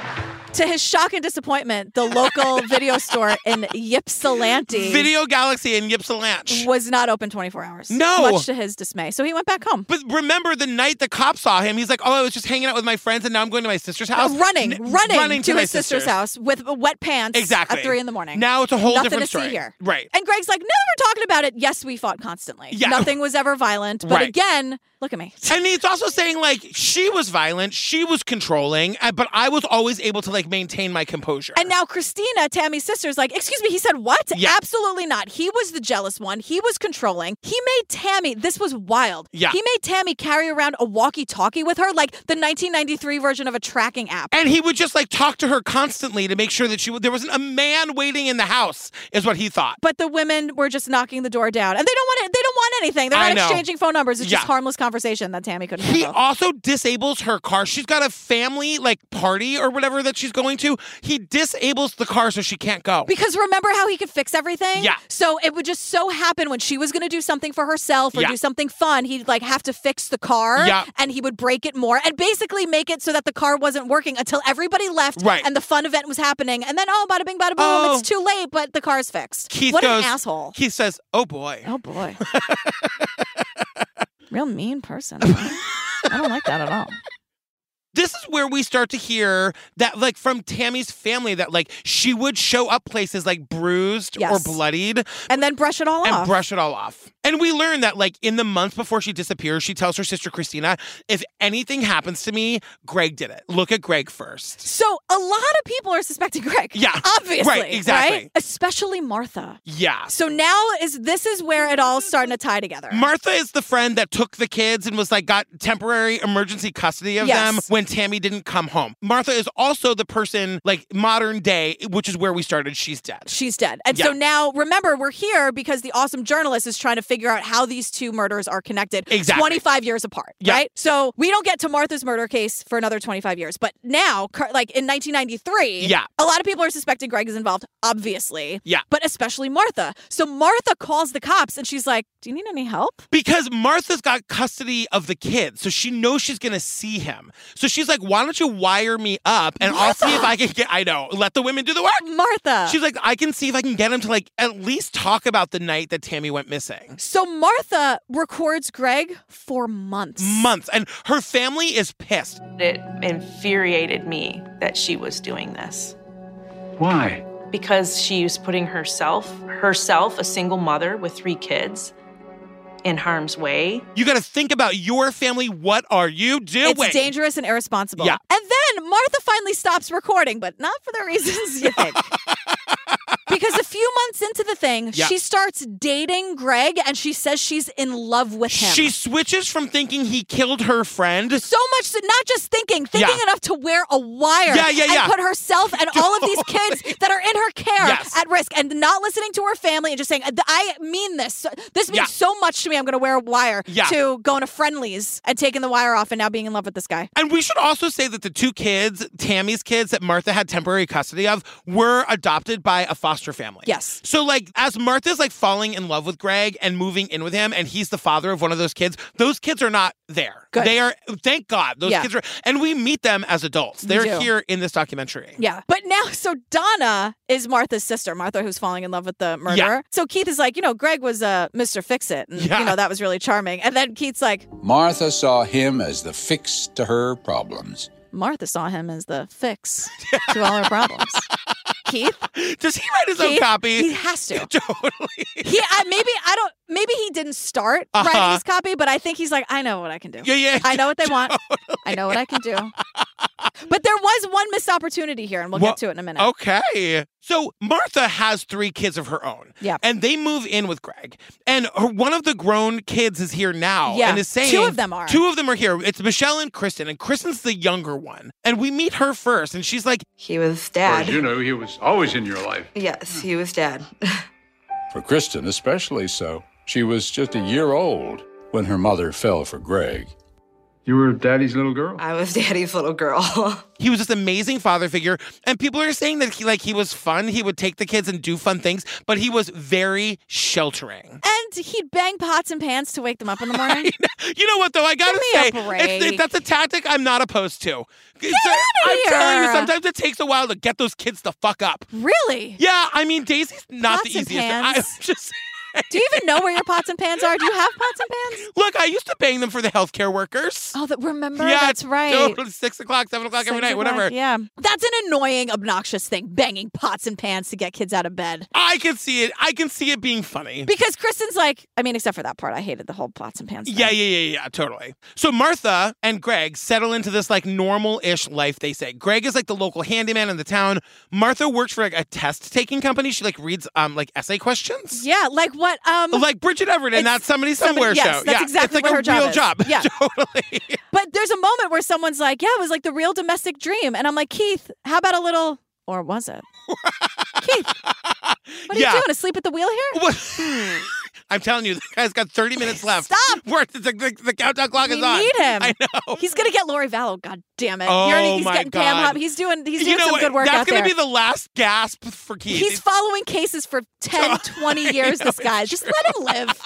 S2: To his shock and disappointment, the local video store in Ypsilanti
S1: Video Galaxy in Ypsilanti.
S2: was not open 24 hours.
S1: No.
S2: Much to his dismay. So he went back home.
S1: But remember the night the cop saw him, he's like, oh, I was just hanging out with my friends and now I'm going to my sister's house.
S2: running,
S1: N-
S2: running, to,
S1: my
S2: his sister's, house with wet pants
S1: Exactly.
S2: at three in the morning.
S1: Now it's a whole
S2: Nothing
S1: different
S2: to see
S1: story.
S2: here.
S1: Right.
S2: And Greg's like, no, we're talking about it. Yes, we fought constantly.
S1: Yeah.
S2: Nothing was ever violent. But
S1: Right.
S2: again, look at me.
S1: And he's also saying like she was violent, she was controlling, uh, but I was always able to like maintain my composure.
S2: And now Christina, Tammy's sister, is like, excuse me, he said what?
S1: Yeah.
S2: Absolutely not. He was the jealous one. He was controlling. He made Tammy, this was wild.
S1: Yeah.
S2: He made Tammy carry around a walkie-talkie with her, like the 1993 version of a tracking app.
S1: And he would just like talk to her constantly to make sure that she w- there wasn't a man waiting in the house is what he thought.
S2: but the women were just knocking the door down, and they don't want it. They don't want anything. They're
S1: I
S2: not
S1: know.
S2: exchanging phone numbers. It's just
S1: Yeah.
S2: harmless conversation that Tammy couldn't
S1: He
S2: handle.
S1: also disables her car. She's got a family like party or whatever that she's going to. He disables the car so she can't go.
S2: Because remember how he could fix everything?
S1: Yeah.
S2: So it would just so happen when she was going to do something for herself or
S1: Yeah.
S2: do something fun, he'd like have to fix the car
S1: Yeah.
S2: and he would break it more and basically make it so that the car wasn't working until everybody left
S1: Right.
S2: and the fun event was happening. And then, oh, bada bing, bada boom,
S1: Oh.
S2: it's too late, but the car's fixed.
S1: Keith
S2: what
S1: goes
S2: an asshole.
S1: Keith says, "Oh boy."
S2: Oh, boy. Real mean person. I don't like that at all.
S1: this is where we start to hear that like from Tammy's family that like she would show up places like bruised
S2: Yes.
S1: or bloodied
S2: And then brush it all
S1: and
S2: off.
S1: brush it all off. And we learn that like in the months before she disappears, she tells her sister Christina, if anything happens to me, Greg did it. Look at Greg first.
S2: So a lot of people are suspecting Greg.
S1: Yeah.
S2: Obviously.
S1: Right, exactly.
S2: right? Especially Martha.
S1: Yeah.
S2: So now is this is where it all starting to tie together.
S1: Martha is the friend that took the kids and was like got temporary emergency custody of
S2: Yes.
S1: them when Tammy didn't come home. Martha is also the person like modern day, which is where we started. She's dead.
S2: She's dead. And so
S1: Yeah.
S2: now remember we're here because the awesome journalist is trying to figure out how these two murders are connected
S1: Exactly.
S2: 25 years apart,
S1: Yeah.
S2: right? So we don't get to Martha's murder case for another 25 years, but now cur- like in 1993,
S1: Yeah.
S2: a lot of people are suspecting Greg is involved obviously,
S1: Yeah.
S2: but especially Martha. So Martha calls the cops and she's like, "Do you need any help?"
S1: Because Martha's got custody of the kid, so she knows she's gonna see him. So she's like, "Why don't you wire me up and I'll see if I can get." I know. Let the women do the work.
S2: Martha.
S1: She's like, "I can see if I can get him to like at least talk about the night that Tammy went missing."
S2: So Martha records Greg for months.
S1: Months, and her family is pissed.
S6: It infuriated me that she was doing this.
S11: Why?
S6: because she was putting herself, herself, a single mother with three kids, in harm's way.
S1: You got to think about your family. What are you doing?
S2: it's dangerous and irresponsible.
S1: Yeah.
S2: And then Martha finally stops recording, but not for the reasons you think. because a few months into the thing,
S1: Yeah.
S2: she starts dating Greg and she says she's in love with him.
S1: She switches from thinking he killed her friend.
S2: so much, that- not just thinking, thinking
S1: Yeah.
S2: enough to wear a wire
S1: Yeah, yeah, yeah.
S2: and put herself and all of these kids that are in her care
S1: Yes.
S2: at risk and not listening to her family and just saying, I mean this. This means
S1: Yeah.
S2: so much to me. I'm going to wear a wire
S1: Yeah.
S2: to going to friendlies and taking the wire off and now being in love with this guy.
S1: And we should also say that the two kids, Tammy's kids that Martha had temporary custody of, were adopted by a foster family.
S2: Yes.
S1: So like as Martha's like falling in love with Greg and moving in with him and he's the father of one of those kids, those kids are not there.
S2: Good.
S1: They are thank God. Those
S2: Yeah.
S1: kids are and we meet them as adults.
S2: We
S1: They're
S2: do.
S1: here in this documentary.
S2: Yeah. But now, so Donna is Martha's sister, Martha, who's falling in love with the murderer. So Keith is like, you know, Greg was uh, Mr. Fix It. And,
S3: Yeah.
S2: you know, that was really charming. And then Keith's like,
S3: Martha saw him as the fix to her problems.
S2: Martha saw him as the fix to all her problems. Keith?
S1: Does he write his own
S2: Keith,
S1: copy?
S2: He has to.
S1: totally.
S2: He I, maybe I don't. Maybe he didn't start
S1: Uh-huh.
S2: writing his copy, but I think he's like, I know what I can do.
S1: Yeah, yeah,
S2: I know what they want. I know what I can do. But there was one missed opportunity here, and we'll oh,
S1: Well,
S2: get to it in a minute.
S1: Okay. So Martha has three kids of her own.
S2: Yeah.
S1: And they move in with Greg. And her, one of the grown kids is here now
S2: Yeah.
S1: and is saying
S2: Two of them are.
S1: Two of them are here. It's Michelle and Kristen. And Kristen's the younger one. And we meet her first. And she's like,
S13: He was
S11: As you know, he was always in your life.
S13: Yes, he was dad.
S3: For Kristen, especially so. She was just a year old when her mother fell for Greg.
S11: You were daddy's little girl.
S13: I was daddy's little girl.
S1: He was this amazing father figure, and people are saying that he like he was fun. He would take the kids and do fun things, but he was very sheltering.
S2: And he'd bang pots and pans to wake them up in the morning.
S1: You know what though? I gotta
S2: me a
S1: say, it's-
S2: break.
S1: it- that's a tactic I'm not opposed to. So,
S2: outta
S1: I'm telling you,
S2: here.
S1: sometimes it takes a while to get those kids the fuck up.
S2: really?
S1: Yeah, I mean Daisy's not
S2: Pots
S1: the
S2: and
S1: easiest.
S2: pans.
S1: I just
S2: Do you even know where your pots and pans are? Do you have pots and pans?
S1: look. I used to bang them for the healthcare workers.
S2: Oh, that remember?
S1: yeah,
S2: That's right.
S1: Totally, six o'clock, seven o'clock every
S2: Six
S1: night, whatever.
S2: o'clock, Yeah. That's an annoying, obnoxious thing, banging pots and pans to get kids out of bed.
S1: I can see it. I can see it being funny.
S2: Because Kristen's like, I mean, except for that part, I hated the whole pots and pans. thing.
S1: Yeah, yeah, yeah, yeah, totally. So Martha and Greg settle into this like normal ish life, they say. Greg is like the local handyman in the town. Martha works for like a test taking company. She like reads um like essay questions.
S2: Yeah, like what? Um,
S1: Like Bridget Everett in that Somebody Somewhere
S2: yes,
S1: show.
S2: that's
S1: yeah,
S2: exactly
S1: it's like
S2: what
S1: a
S2: her job
S1: real
S2: is.
S1: job.
S2: Yeah.
S1: totally.
S2: but there's a moment where someone's like, "Yeah, it was like the real domestic dream," and I'm like, "Keith, how about a little, or was it?" Keith, what are
S1: Yeah.
S2: you doing? Asleep at the wheel here?
S1: What- I'm telling you, the guy's got 30 minutes left.
S2: Hmm. Stop!
S1: We're- The, the, the countdown clock
S2: We
S1: is on.
S2: need him.
S1: I know.
S2: He's gonna get Lori Vallow. God damn it!
S1: Oh,
S2: he already, he's
S1: my
S2: getting Pam
S1: God.
S2: Hop. He's doing. He's
S1: you
S2: doing
S1: know
S2: some
S1: what?
S2: good work
S1: That's
S2: out
S1: gonna
S2: there.
S1: be the last gasp for Keith.
S2: he's following cases for 10, 20 years. This guy, just let him live.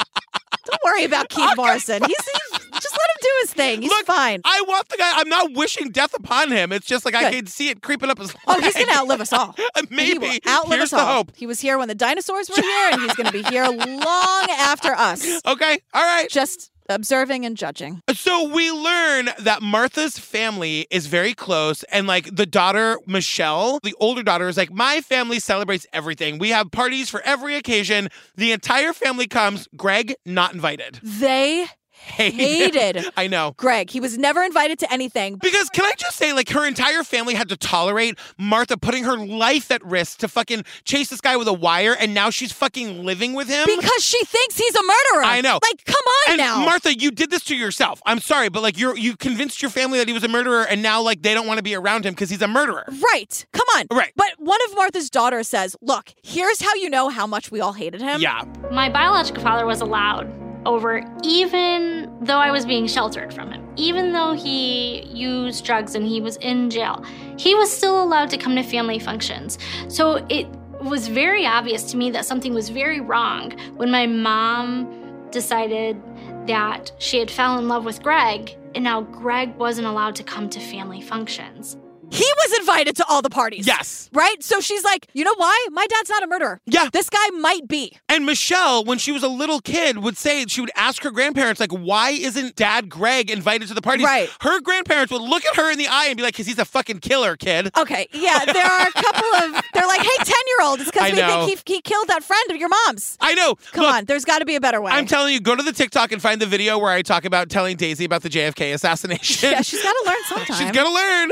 S2: Don't worry about Keith Morrison. He's, he's just let him do his thing. He's fine.
S1: I want the guy. I'm not wishing death upon him. It's just like I
S2: Good.
S1: can see it creeping up his. Leg.
S2: Oh, he's gonna outlive us all. He will
S1: Maybe.
S2: outlive
S1: Here's
S2: us all.
S1: the hope.
S2: He was here when the dinosaurs were here, and he's gonna be here long after us.
S1: Okay. All right.
S2: Just observing and judging.
S1: So we learn that Martha's family is very close, and like the daughter Michelle, the older daughter, is like, my family celebrates everything. We have parties for every occasion. The entire family comes. Greg not invited.
S2: They hated
S1: I know.
S2: Greg. He was never invited to anything.
S1: Because can I just say, like, her entire family had to tolerate Martha putting her life at risk to fucking chase this guy with a wire, and now she's fucking living with him?
S2: Because she thinks he's a murderer.
S1: I know.
S2: Like, come on
S1: and
S2: now.
S1: Martha, you did this to yourself. I'm sorry, but like you're you convinced your family that he was a murderer, and now like they don't want to be around him because he's a murderer.
S2: Right. Come on.
S1: Right.
S2: But one of Martha's daughters says, Look, here's how you know how much we all hated him.
S1: Yeah.
S7: My biological father was allowed over, even though I was being sheltered from him, even though he used drugs and he was in jail, he was still allowed to come to family functions. So it was very obvious to me that something was very wrong when my mom decided that she had fell in love with Greg and now Greg wasn't allowed to come to family functions.
S2: He was invited to all the parties.
S1: Yes.
S2: Right? So she's like, You know why? My dad's not a murderer.
S1: Yeah.
S2: This guy might be.
S1: And Michelle, when she was a little kid, would say she would ask her grandparents, like, why isn't dad Greg invited to the parties?
S2: Right.
S1: Her grandparents would look at her in the eye and be like, because he's a fucking killer, kid.
S2: Okay, yeah, there are a couple of. They're like, hey, 10 year old, it's
S1: I
S2: because we
S1: know.
S2: think he, he killed that friend of your mom's.
S1: I know.
S2: Come
S1: Look,
S2: on, there's got to be a better way.
S1: I'm telling you, go to the TikTok and find the video where I talk about telling Daisy about the JFK assassination.
S2: yeah, she's got to learn sometime.
S1: She's gonna learn.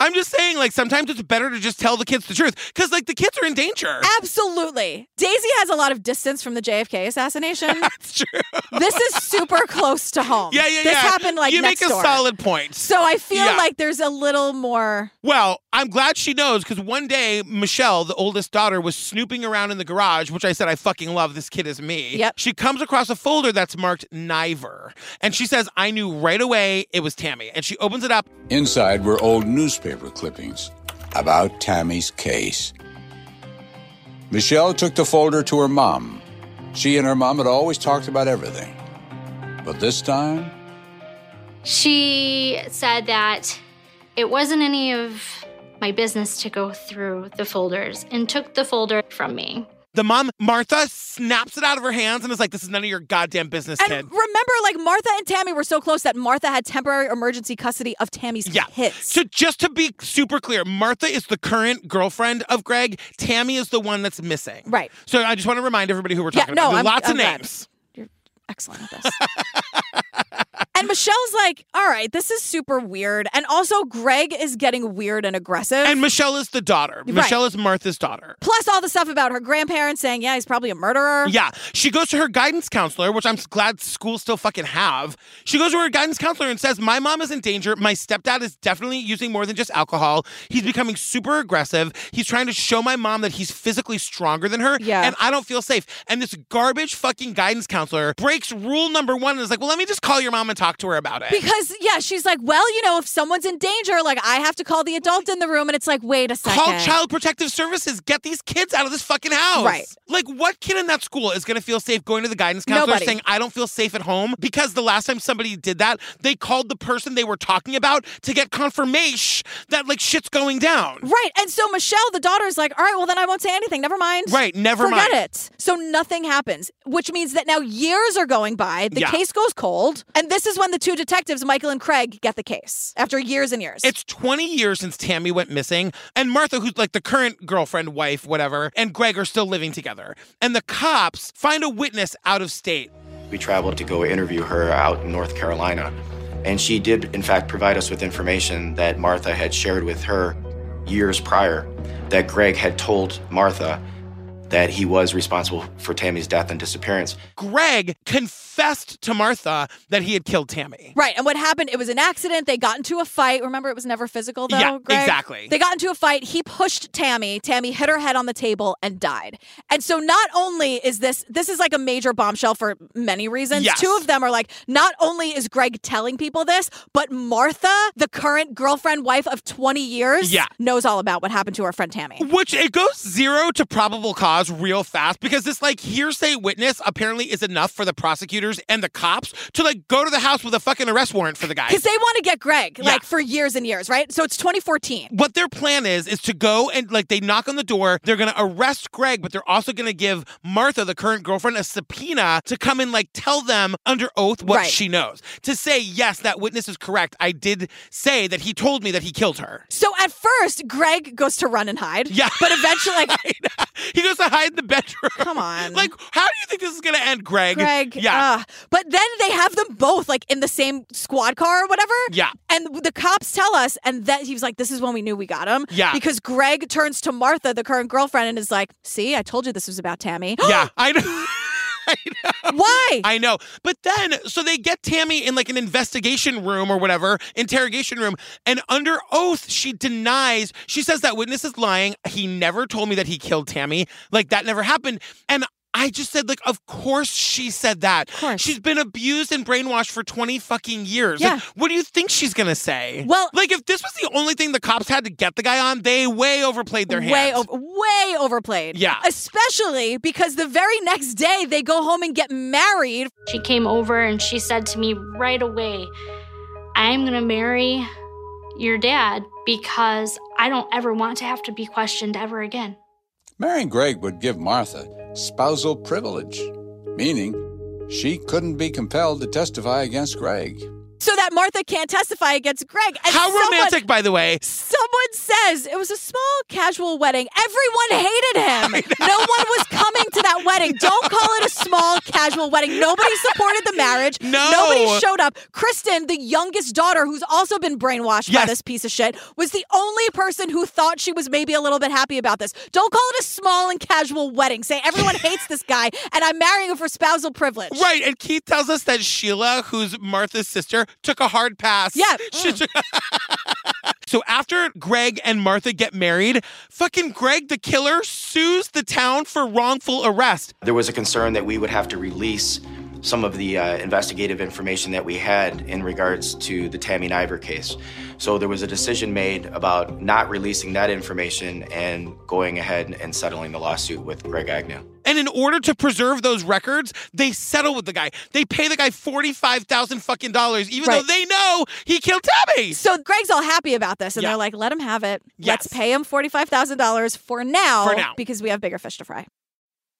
S1: I'm just saying, like, sometimes it's better to just tell the kids the truth because, like, the kids are in danger.
S2: Absolutely. Daisy has a lot of distance from the JFK assassination.
S1: That's true.
S2: This is super close to home.
S1: Yeah, yeah,
S2: This
S1: yeah.
S2: happened like
S1: you
S2: next
S1: make a
S2: door.
S1: solid point.
S2: So I feel
S1: Yeah.
S2: like there's a little more.
S1: Well, I'm glad she knows because one day Michelle, the oldest daughter, was snooping around in the garage, which I said I fucking love. This kid is me.
S2: Yep.
S1: She comes across a folder that's marked Niver, and she says, "I knew right away it was Tammy." And she opens it up.
S3: Inside were old newspaper clippings about Tammy's case. Michelle took the folder to her mom. She and her mom had always talked about everything. But this time,
S7: She said that it wasn't any of my business to go through the folders and took the folder from me.
S1: The mom, Martha, snaps it out of her hands and is like, "This is none of your goddamn business, kid."
S2: Remember, like Martha and Tammy were so close that Martha had temporary emergency custody of Tammy's
S1: Yeah.
S2: kids.
S1: So just to be super clear, Martha is the current girlfriend of Greg. Tammy is the one that's missing.
S2: Right.
S1: So I just want to remind everybody who we're
S2: Yeah,
S1: talking
S2: no,
S1: about. There are
S2: I'm-
S1: lots
S2: I'm
S1: of
S2: glad.
S1: names.
S2: Excellent at this. and Michelle's like, all right, this is super weird. And also, Greg is getting weird and aggressive.
S1: And Michelle is the daughter.
S2: Right.
S1: Michelle is Martha's daughter.
S2: Plus, all the stuff about her grandparents saying, yeah, he's probably a murderer.
S1: Yeah, she goes to her guidance counselor, which I'm s- glad schools still fucking have. She goes to her guidance counselor and says, "My mom is in danger. My stepdad is definitely using more than just alcohol. He's becoming super aggressive. He's trying to show my mom that he's physically stronger than her,
S2: Yeah.
S1: and I don't feel safe." And this garbage fucking guidance counselor breaks rule number 1 and is like, "Well, let me just call your mom and talk to her about it."
S2: Because, yeah, she's like, well, you know, if someone's in danger, like, I have to call the adult in the room. And it's like, wait a second.
S1: Call Child Protective Services. Get these kids out of this fucking house.
S2: Right.
S1: Like, what kid in that school is going to feel safe going to the guidance counselor
S2: Nobody.
S1: saying, I don't feel safe at home? Because the last time somebody did that, they called the person they were talking about to get confirmation that, like, shit's going down.
S2: Right. And so Michelle, the daughter, is like, all right, well, then I won't say anything. Never mind.
S1: Right, never
S2: Forget
S1: mind.
S2: it. So nothing happens, which means that now years are going by. The
S1: Yeah.
S2: case goes cold. And this is when the two detectives, Michael and Craig, get the case after years and years.
S1: It's 20 years since Tammy went missing, and Martha, who's like the current girlfriend, wife, whatever, and Greg are still living together. And the cops find a witness out of state.
S9: We traveled to go interview her out in North Carolina, and she did, in fact, provide us with information that Martha had shared with her years prior that Greg had told Martha that he was responsible for Tammy's death and disappearance.
S1: Greg confessed to Martha that he had killed Tammy.
S2: Right. And what happened? It was an accident. They got into a fight. Remember, it was never physical, though.
S1: Yeah,
S2: Greg?
S1: exactly.
S2: They got into a fight. He pushed Tammy. Tammy hit her head on the table and died. And so, not only is this this is like a major bombshell for many reasons.
S1: Yes.
S2: Two of them are like, not only is Greg telling people this, but Martha, the current girlfriend, wife of twenty years,
S1: Yeah.
S2: knows all about what happened to our friend Tammy.
S1: Which it goes zero to probable cause real fast because this like hearsay witness apparently is enough for the prosecutors and the cops to like go to the house with a fucking arrest warrant for the guy.
S2: Because they want to get Greg,
S1: Yeah.
S2: like for years and years, right? So it's 2014.
S1: What their plan is is to go and like they knock on the door, they're gonna arrest Greg, but they're also gonna give Martha, the current girlfriend, a subpoena to come and like tell them under oath what
S2: Right.
S1: she knows. To say, yes, that witness is correct. I did say that he told me that he killed her.
S2: So at first, Greg goes to run and hide.
S1: Yeah.
S2: But eventually, like,
S1: He goes to hide in the bedroom.
S2: Come on.
S1: Like, how do you think this is gonna end, Greg?
S2: Greg. uh, Yeah. but then they have them both like in the same squad car or whatever.
S1: Yeah.
S2: And the cops tell us, and then he was like, "This is when we knew we got him."
S1: Yeah.
S2: Because Greg turns to Martha, the current girlfriend, and is like, "See, I told you this was about Tammy."
S1: yeah, I know.
S2: Why?
S1: I know. But then, so they get Tammy in like an investigation room or whatever, interrogation room, and under oath, she denies, she says that witness is lying. He never told me that he killed Tammy. Like, that never happened. And I just said, like, of course she said that. Of course. She's been abused and brainwashed for 20 fucking years. Like,
S2: Yeah.
S1: what do you think she's going to say?
S2: Well-
S1: like, if this was the only thing the cops had to get the guy on, they way overplayed their hand.
S2: Way over, way overplayed.
S1: Yeah.
S2: Especially because the very next day they go home and get married.
S7: She came over and she said to me right away, I'm going to marry your dad because I don't ever want to have to be questioned ever again.
S3: marrying Greg would give Martha spousal privilege, meaning she couldn't be compelled to testify against Greg.
S2: so that Martha can't testify against Greg. And
S1: How
S2: someone-
S1: romantic, by the way.
S2: Someone says it was a small casual wedding. Everyone hated him. No one was coming to that wedding. Don't call it a small casual wedding. Nobody supported the marriage.
S1: No.
S2: Nobody showed up. Kristen, the youngest daughter, who's also been brainwashed by this piece of shit, was the only person who thought she was maybe a little bit happy about this. Don't call it a small and casual wedding. Say everyone hates this guy and I'm marrying him for spousal privilege.
S1: Right, and Keith tells us that Sheila, who's Martha's sister, took a hard pass. Yeah. so after Greg and Martha get married, fucking Greg the killer sues the town for wrongful arrest.
S9: There was a concern that we would have to release some of the uh, investigative information that we had in regards to the Tammy Niver case. So there was a decision made about not releasing that information and going ahead and settling the lawsuit with Greg Agnew.
S1: And in order to preserve those records, they settle with the guy. They pay the guy forty-five thousand fucking dollars, even though
S2: Right.
S1: they know he killed Tammy.
S2: So Greg's all happy about this, and
S1: Yeah.
S2: they're like, "Let him have it.
S1: Yes.
S2: Let's pay him forty five thousand dollars for now,
S1: For now.
S2: because we have bigger fish to fry."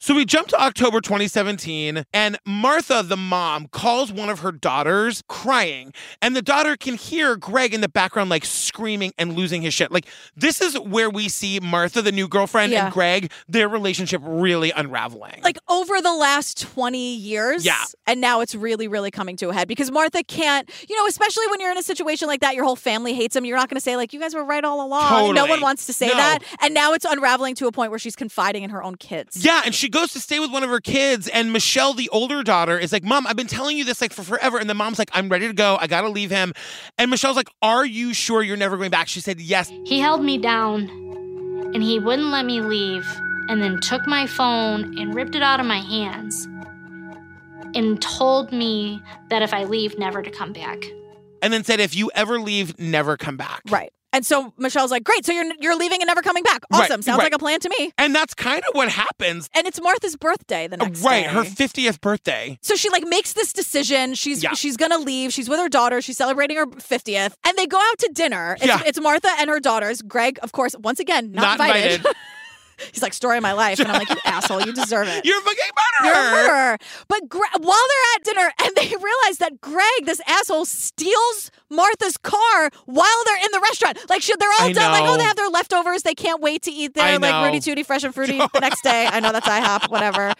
S1: So we jump to October 2017, and Martha, the mom, calls one of her daughters crying. And the daughter can hear Greg in the background, like screaming and losing his shit. Like, this is where we see Martha, the new girlfriend,
S2: Yeah.
S1: and Greg, their relationship really unraveling.
S2: Like over the last twenty years,
S1: Yeah.
S2: and now it's really, really coming to a head because Martha can't, you know, especially when you're in a situation like that, your whole family hates him. You're not going to say like, "You guys were right all along." No
S1: Totally.
S2: one wants to say
S1: No.
S2: that, and now it's unraveling to a point where she's confiding in her own kids.
S1: Yeah, and she goes to stay with one of her kids, and Michelle, the older daughter, is like, "Mom, I've been telling you this like for forever." And the mom's like, "I'm ready to go. I gotta leave him." And Michelle's like, "Are you sure you're never going back?" She said, "Yes."
S7: He held me down and he wouldn't let me leave and then took my phone and ripped it out of my hands and told me that if I leave, never to come back.
S1: And then said, "If you ever leave, never come back."
S2: Right. And so Michelle's like, "Great, so you're you're leaving and never coming back.
S1: Right,
S2: Awesome. Sounds
S1: right.
S2: like a plan to me."
S1: And that's kind of what happens.
S2: And it's Martha's birthday the next
S1: right,
S2: day.
S1: her 50th birthday.
S2: So she like makes this decision. She's
S1: Yeah.
S2: she's gonna leave. She's with her daughter. She's celebrating her fiftieth, and they go out to dinner. It's,
S1: Yeah.
S2: it's Martha and her daughters. Greg, of course, once again not,
S1: Not
S2: invited.
S1: invited.
S2: He's like, story of my life, and I'm like, you asshole, you deserve it.
S1: You're a fucking
S2: You're
S1: murderer.
S2: a murderer. But Gre- while they're at dinner, and they realize that Greg, this asshole, steals Martha's car while they're in the restaurant. Like, should they're all
S1: I
S2: done? Like,
S1: know.
S2: oh, they have their leftovers. They can't wait to eat
S1: I
S2: their
S1: know.
S2: like rooty tooty, fresh and fruity the next day. I know that's IHOP, whatever.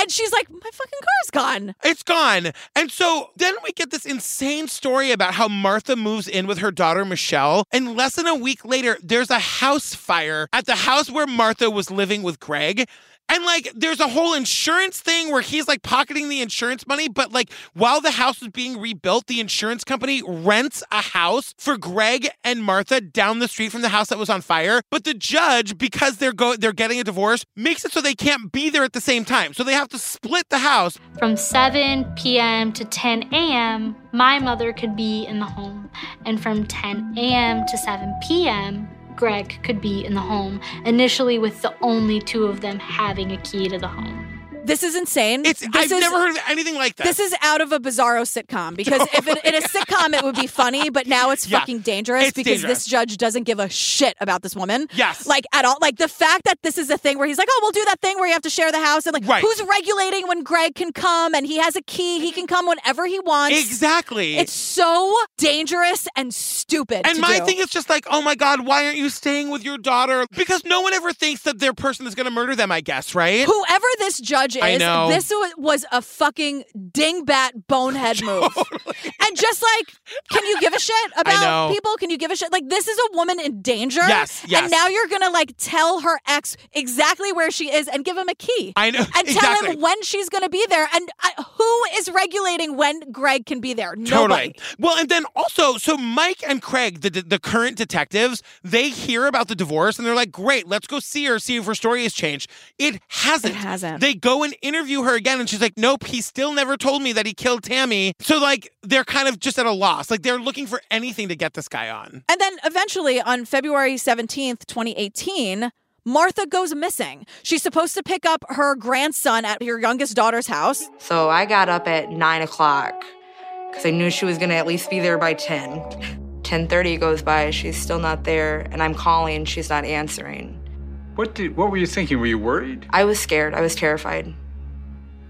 S2: And she's like, my fucking car's gone.
S1: It's gone. And so then we get this insane story about how Martha moves in with her daughter Michelle. And less than a week later, there's a house fire at the house where Martha was living with Greg. And like, there's a whole insurance thing where he's like pocketing the insurance money. But like, while the house was being rebuilt, the insurance company rents a house for Greg and Martha down the street from the house that was on fire. But the judge, because they're go they're getting a divorce, makes it so they can't be there at the same time. So they have to split the house.
S7: From 7 p.m. to 10 a.m., my mother could be in the home. And from 10 a.m. to 7 p.m., Greg could be in the home, initially with the only two of them having a key to the home.
S2: This is insane. It's
S1: I've never heard of anything like that.
S2: This is out of a bizarro sitcom because if it, in a sitcom it would be funny, but now it's
S1: Yeah.
S2: fucking dangerous
S1: It's
S2: because
S1: dangerous.
S2: this judge doesn't give a shit about this woman.
S1: Yes.
S2: like at all. Like the fact that this is a thing where he's like, "Oh, we'll do that thing where you have to share the house," and like,
S1: Right.
S2: who's regulating when Greg can come and he has a key, he can come whenever he wants.
S1: Exactly.
S2: It's so dangerous and stupid.
S1: and
S2: to
S1: my
S2: do.
S1: thing is just like, oh my God, why aren't you staying with your daughter? Because no one ever thinks that their person is going to murder them, I guess, right?
S2: Whoever this judge
S1: I
S2: is,
S1: know.
S2: this wa- was a fucking dingbat bonehead move. And just like, can you give a shit about
S1: know.
S2: people? Can you give a shit? Like, this is a woman in danger.
S1: Yes, yes.
S2: And now you're gonna like tell her ex exactly where she is and give him a key.
S1: I know.
S2: And tell
S1: Exactly.
S2: him when she's gonna be there and uh, who is regulating when Greg can be there. Nobody.
S1: Totally. Well, and then also, so Mike and Craig, the, the current detectives, they hear about the divorce and they're like, great, let's go see her, see if her story has changed. It hasn't. It
S2: hasn't.
S1: They go and interview her again, and she's like, nope, he still never told me that he killed Tammy. So, like, they're kind of just at a loss. Like, they're looking for anything to get this guy on.
S2: And then eventually on February 17th, 2018, Martha goes missing. She's supposed to pick up her grandson at her youngest daughter's house.
S13: So I got up at nine o'clock because I knew she was gonna at least be there by ten. Ten thirty goes by, she's still not there, and I'm calling, she's not answering.
S11: What did? What were you thinking? Were you worried?
S13: I was scared. I was terrified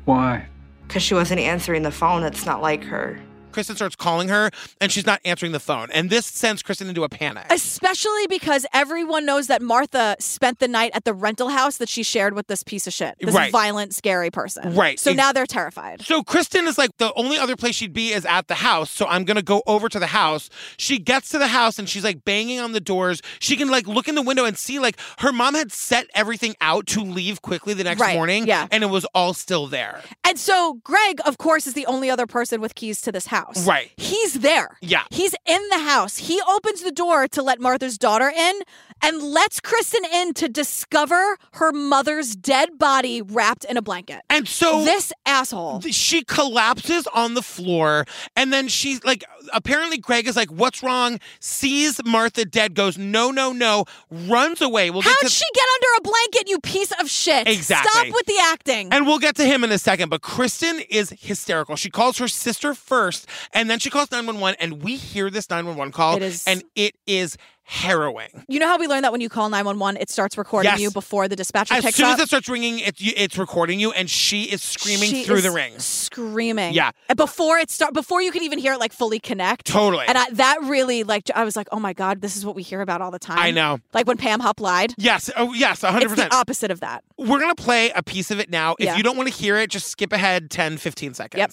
S11: Why?
S13: because she wasn't answering the phone. It's not like her.
S1: Kristen starts calling her and she's not answering the phone. And this sends Kristen into a panic.
S2: Especially because everyone knows that Martha spent the night at the rental house that she shared with this piece of shit, this
S1: Right.
S2: violent, scary person.
S1: Right.
S2: So
S1: Ex-
S2: now they're terrified.
S1: So Kristen is like, the only other place she'd be is at the house. So I'm gonna go over to the house. She gets to the house and she's like banging on the doors. She can like look in the window and see like her mom had set everything out to leave quickly the next
S2: Right,
S1: morning.
S2: yeah.
S1: And it was all still there.
S2: And so Greg, of course, is the only other person with keys to this house.
S1: Right.
S2: He's there.
S1: Yeah.
S2: He's in the house. He opens the door to let Martha's daughter in and lets Kristen in to discover her mother's dead body wrapped in a blanket.
S1: And so
S2: this asshole.
S1: th- she collapses on the floor and then she's like apparently greg is like what's wrong sees martha dead goes no no no runs away we'll
S2: How'd
S1: get to
S2: she get under a blanket, you piece of shit?
S1: Exactly.
S2: Stop with the acting.
S1: and we'll get to him in a second, but Kristen is hysterical. She calls her sister first, and then she calls 911, and we hear this 911 call,
S2: It is-
S1: and it is harrowing.
S2: you know how we learned that when you call 911, it starts recording
S1: Yes.
S2: you before the dispatcher
S1: As
S2: picks
S1: soon
S2: up?
S1: as it starts ringing, it, you- it's recording you, and she is screaming
S2: She
S1: through the
S2: is
S1: ring.
S2: Screaming.
S1: Yeah.
S2: And Before it start before you could even hear it like fully connect.
S1: Totally.
S2: And I, that really like I was like, "Oh my god, this is what we hear about all the time."
S1: I know.
S2: Like when Pam Hupp lied.
S1: Yes, oh, yes, 100%.
S2: It's the opposite of that.
S1: We're going to play a piece of it now. If
S2: Yeah.
S1: you don't want to hear it, just skip ahead 10, 15 seconds. Yep.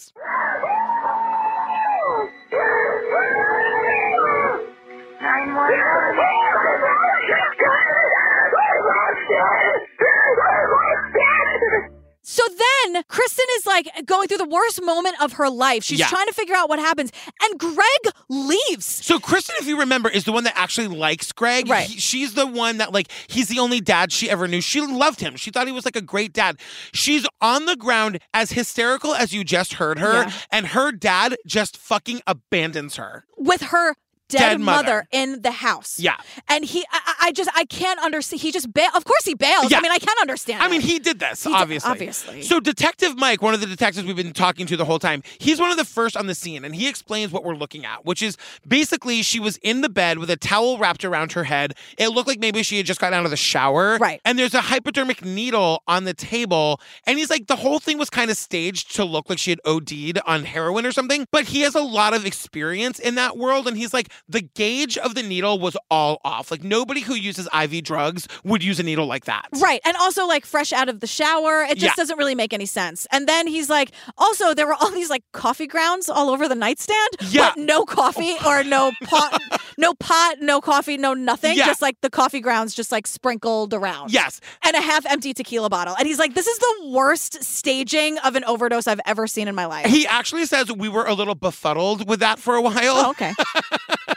S2: So then Kristen is like going through the worst moment of her life. She's
S1: Yeah.
S2: trying to figure out what happens and Greg leaves.
S1: So Kristen, if you remember, is the one that actually likes Greg.
S2: Right.
S1: He- she's the one that like he's the only dad she ever knew. She loved him. She thought he was like a great dad. She's on the ground as hysterical as you just heard her,
S2: Yeah.
S1: and her dad just fucking abandons her.
S2: with her dead,
S1: Dead
S2: mother.
S1: mother.
S2: in the house.
S1: Yeah.
S2: And he I, I- I just I can't understand. He just bailed. Of course he bailed. I
S1: Yeah.
S2: mean, I can't understand.
S1: I mean,
S2: it.
S1: he did this,
S2: He did-
S1: obviously.
S2: obviously.
S1: So Detective Mike, one of the detectives we've been talking to the whole time, he's one of the first on the scene, and he explains what we're looking at, which is basically she was in the bed with a towel wrapped around her head. It looked like maybe she had just gotten out of the shower.
S2: Right.
S1: And there's a hypodermic needle on the table. And he's like, the whole thing was kind of staged to look like she had OD'd on heroin or something. But he has a lot of experience in that world. And he's like, the gauge of the needle was all off. Like, nobody who uses IV drugs would use a needle like that.
S2: Right. And also, like, fresh out of the shower. It just
S1: Yeah.
S2: doesn't really make any sense. And then he's like, also, there were all these, like, coffee grounds all over the nightstand,
S1: Yeah.
S2: but no coffee or no pot, no pot, no coffee, no nothing.
S1: Yeah.
S2: Just like the coffee grounds just like sprinkled around.
S1: Yes.
S2: And a half empty tequila bottle. And he's like, this is the worst staging of an overdose I've ever seen in my life.
S1: He actually says we were a little befuddled with that for a while.
S2: Oh, okay.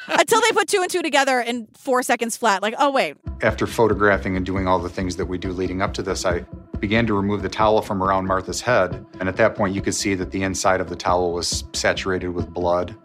S2: Until they put two and two together in four seconds flat. Like, oh, wait.
S10: After photographing and doing all the things that we do leading up to this, I began to remove the towel from around Martha's head. And at that point, you could see that the inside of the towel was saturated with blood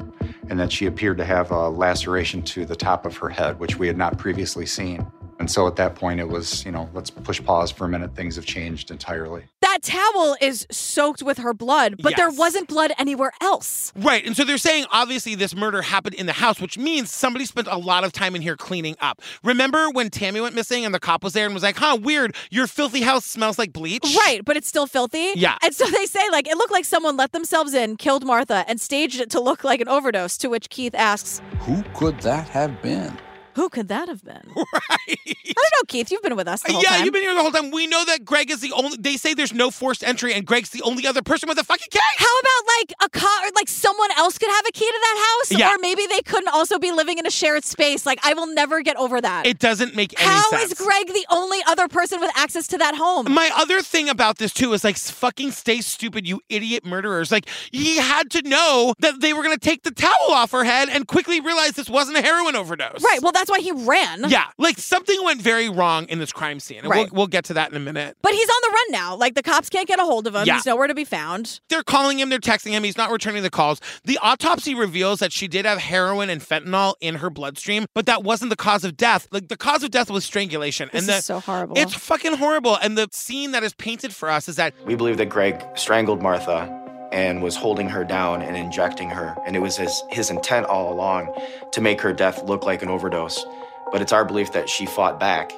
S10: and that she appeared to have a laceration to the top of her head, which we had not previously seen. And so at that point, it was, you know, let's push pause for a minute. Things have changed entirely.
S2: That towel is soaked with her blood, but there
S1: Yes.
S2: wasn't blood anywhere else.
S1: Right. And so they're saying obviously this murder happened in the house, which means somebody spent a lot of time in here cleaning up. Remember when Tammy went missing and the cop was there and was like, huh, weird, your filthy house smells like bleach?
S2: Right, but it's still filthy.
S1: Yeah.
S2: And so they say, like, it looked like someone let themselves in, killed Martha, and staged it to look like an overdose, to which Keith asks,
S3: Who could that have been?
S2: Who could that have been? Right. I don't know, Keith. You've been with us the whole
S1: yeah,
S2: time.
S1: you've been here the whole time. We know that Greg is the only. They say there's no forced entry, and Greg's the only other person with a fucking key.
S2: How about like a car? Like someone else could have a key to that house,
S1: Yeah.
S2: or maybe they couldn't also be living in a shared space. Like I will never get over that.
S1: It doesn't make any
S2: How
S1: sense.
S2: is Greg the only other person with access to that home?
S1: My other thing about this too is like fucking stay stupid, you idiot murderers. Like he had to know that they were gonna take the towel off her head and quickly realize this wasn't a heroin overdose.
S2: right. Well, that's why he ran.
S1: Yeah. Like something went very wrong in this crime scene. And
S2: Right.
S1: we'll, we'll get to that in a minute.
S2: But he's on the run now. Like the cops can't get a hold of him.
S1: Yeah.
S2: He's nowhere to be found.
S1: They're calling him, they're texting him, he's not returning the calls. The autopsy reveals that she did have heroin and fentanyl in her bloodstream, but that wasn't the cause of death. Like the cause of death was strangulation.
S2: This
S1: and
S2: is
S1: the-
S2: so horrible.
S1: It's fucking horrible. And the scene that is painted for us is that
S9: We believe that Greg strangled Martha and was holding her down and injecting her. And it was his, his intent all along to make her death look like an overdose. But it's our belief that she fought back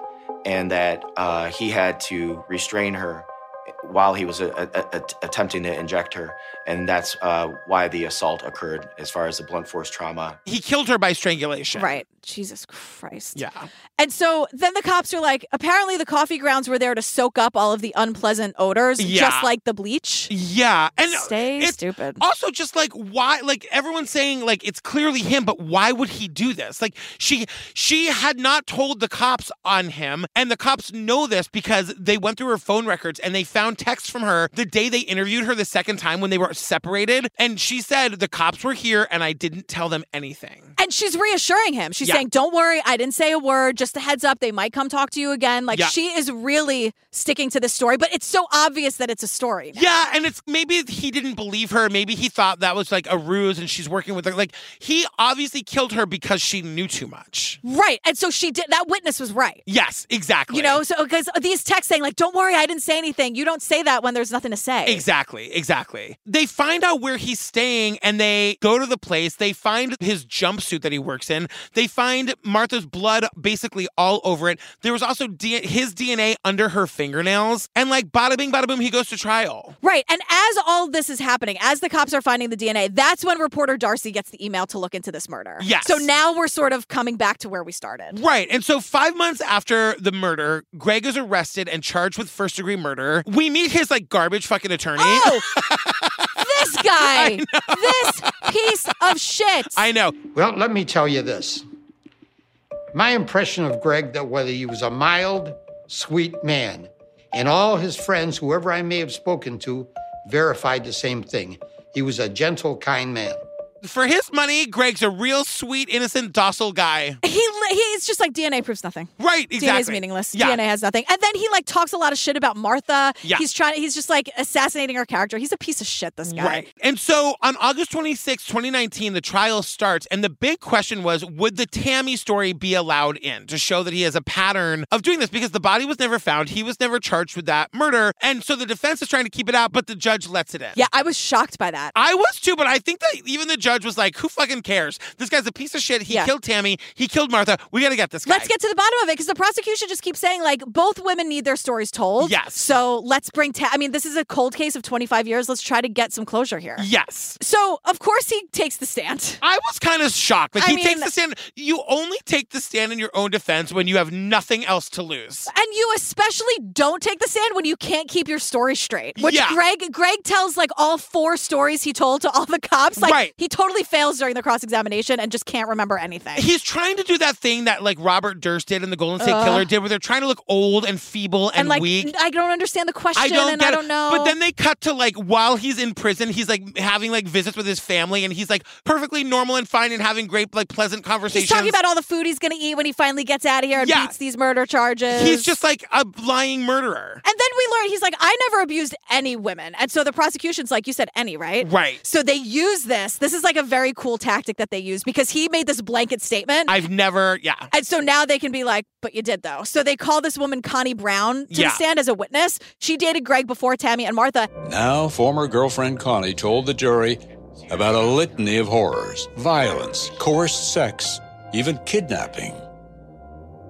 S9: and that uh, he had to restrain her while he was uh, uh, uh, attempting to inject her and that's uh, why the assault occurred as far as the blunt force trauma.
S1: He killed her by strangulation.
S2: Right. Jesus Christ.
S1: Yeah.
S2: And so then the cops are like, apparently the coffee grounds were there to soak up all of the unpleasant odors,
S1: Yeah.
S2: just like the bleach.
S1: Yeah. And
S2: Stay
S1: it's
S2: stupid.
S1: Also, just like why, like everyone's saying, like it's clearly him, but why would he do this? Like she, she had not told the cops on him, and the cops know this because they went through her phone records and they found texts from her the day they interviewed her the second time when they were separated, and she said the cops were here and I didn't tell them anything.
S2: And she's reassuring him. She's
S1: Yeah.
S2: saying, Don't worry, I didn't say a word. Just a heads up, they might come talk to you again. Like
S1: Yeah.
S2: she is really sticking to this story, but it's so obvious that it's a story. now.
S1: Yeah, and it's maybe he didn't believe her. Maybe he thought that was like a ruse, and she's working with her. Like he obviously killed her because she knew too much.
S2: Right. And so she did that witness was right.
S1: Yes, exactly.
S2: You know, so because these texts saying, like, don't worry, I didn't say anything. You don't say that when there's nothing to say.
S1: Exactly, exactly. They find out where he's staying and they go to the place. They find his jumpsuit that he works in. They find Martha's blood basically all over it. There was also D- his DNA under her fingernails. And like, bada bing, bada boom, he goes to trial.
S2: Right. And as all this is happening, as the cops are finding the DNA, that's when reporter Darcy gets the email to look into this murder.
S1: Yes.
S2: So now we're sort of coming back to where we started.
S1: Right. And so, five months after the murder, Greg is arrested and charged with first degree murder. We meet his like garbage fucking attorney.
S2: Oh! This guy, this piece of shit.
S1: I know.
S14: Well, let me tell you this. My impression of Greg that whether he was a mild, sweet man, and all his friends, whoever I may have spoken to, verified the same thing. He was a gentle, kind man.
S1: For his money, Greg's a real sweet, innocent, docile guy.
S2: He li- he's just like DNA proves nothing.
S1: Right,
S2: DNA is
S1: exactly.
S2: meaningless.
S1: Yeah.
S2: DNA has nothing. And then he like talks a lot of shit about Martha.
S1: Yeah.
S2: He's trying he's just like assassinating her character. He's a piece of shit this guy.
S1: Right. And so on August 26, 2019, the trial starts. And the big question was would the Tammy story be allowed in to show that he has a pattern of doing this? Because the body was never found. He was never charged with that murder. And so the defense is trying to keep it out, but the judge lets it in.
S2: Yeah, I was shocked by that.
S1: I was too, but I think that even the judge was like, who fucking cares? This guy's a piece of shit. He
S2: Yeah.
S1: killed Tammy. He killed Martha. We got to get this guy.
S2: Let's get to the bottom of it because the prosecution just keeps saying like both women need their stories told.
S1: Yes.
S2: So let's bring. Ta- I mean, this is a cold case of 25 years. Let's try to get some closure here.
S1: Yes.
S2: So of course he takes the stand.
S1: I was kind of shocked. Like
S2: I
S1: he
S2: mean-
S1: takes the stand. You only take the stand in your own defense when you have nothing else to lose.
S2: And you especially don't take the stand when you can't keep your story straight. Which
S1: Yeah.
S2: Greg Greg tells like all four stories he told to all the cops. Like
S1: Right.
S2: he totally fails during the cross examination and just can't remember anything.
S1: He's trying to do that thing that like Robert Durst did and the Golden State
S2: Ugh.
S1: Killer did, where they're trying to look old and feeble and,
S2: and like
S1: weak.
S2: I don't understand the question
S1: I don't
S2: and
S1: get
S2: I
S1: it.
S2: don't know.
S1: But then they cut to like while he's in prison, he's like having like visits with his family, and he's like perfectly normal and fine and having great like pleasant conversations.
S2: He's talking about all the food he's going to eat when he finally gets out of here and
S1: Yeah.
S2: beats these murder charges.
S1: He's just like a lying murderer.
S2: And then we learn he's like, I never abused any women. And so the prosecution's like, you said any, right?
S1: Right.
S2: So they use this. This is like a very cool tactic that they use because he made this blanket statement.
S1: I've never, yeah.
S2: and so now they can be like, but you did though. So they call this woman Connie Brown to
S3: Yeah.
S2: stand as a witness. She dated Greg before Tammy and Martha.
S3: Now, former girlfriend Connie told the jury about a litany of horrors violence, coerced sex, even kidnapping.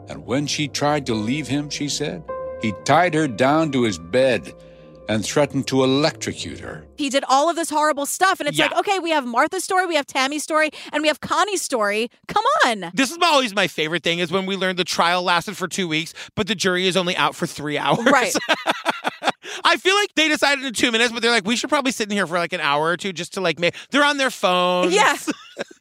S3: And when she tried to leave him, she said, he tied her down to his bed and threatened to electrocute her.
S2: He did all of this horrible stuff. And it's
S3: Yeah.
S2: like, okay, we have Martha's story, we have Tammy's story, and we have Connie's story. Come on.
S1: This is my- always my favorite thing is when we learned the trial lasted for two weeks, but the jury is only out for three hours.
S2: Right.
S1: I feel like they decided in two minutes, but they're like, we should probably sit in here for like an hour or two just to like make. They're on their phone.
S2: Yeah.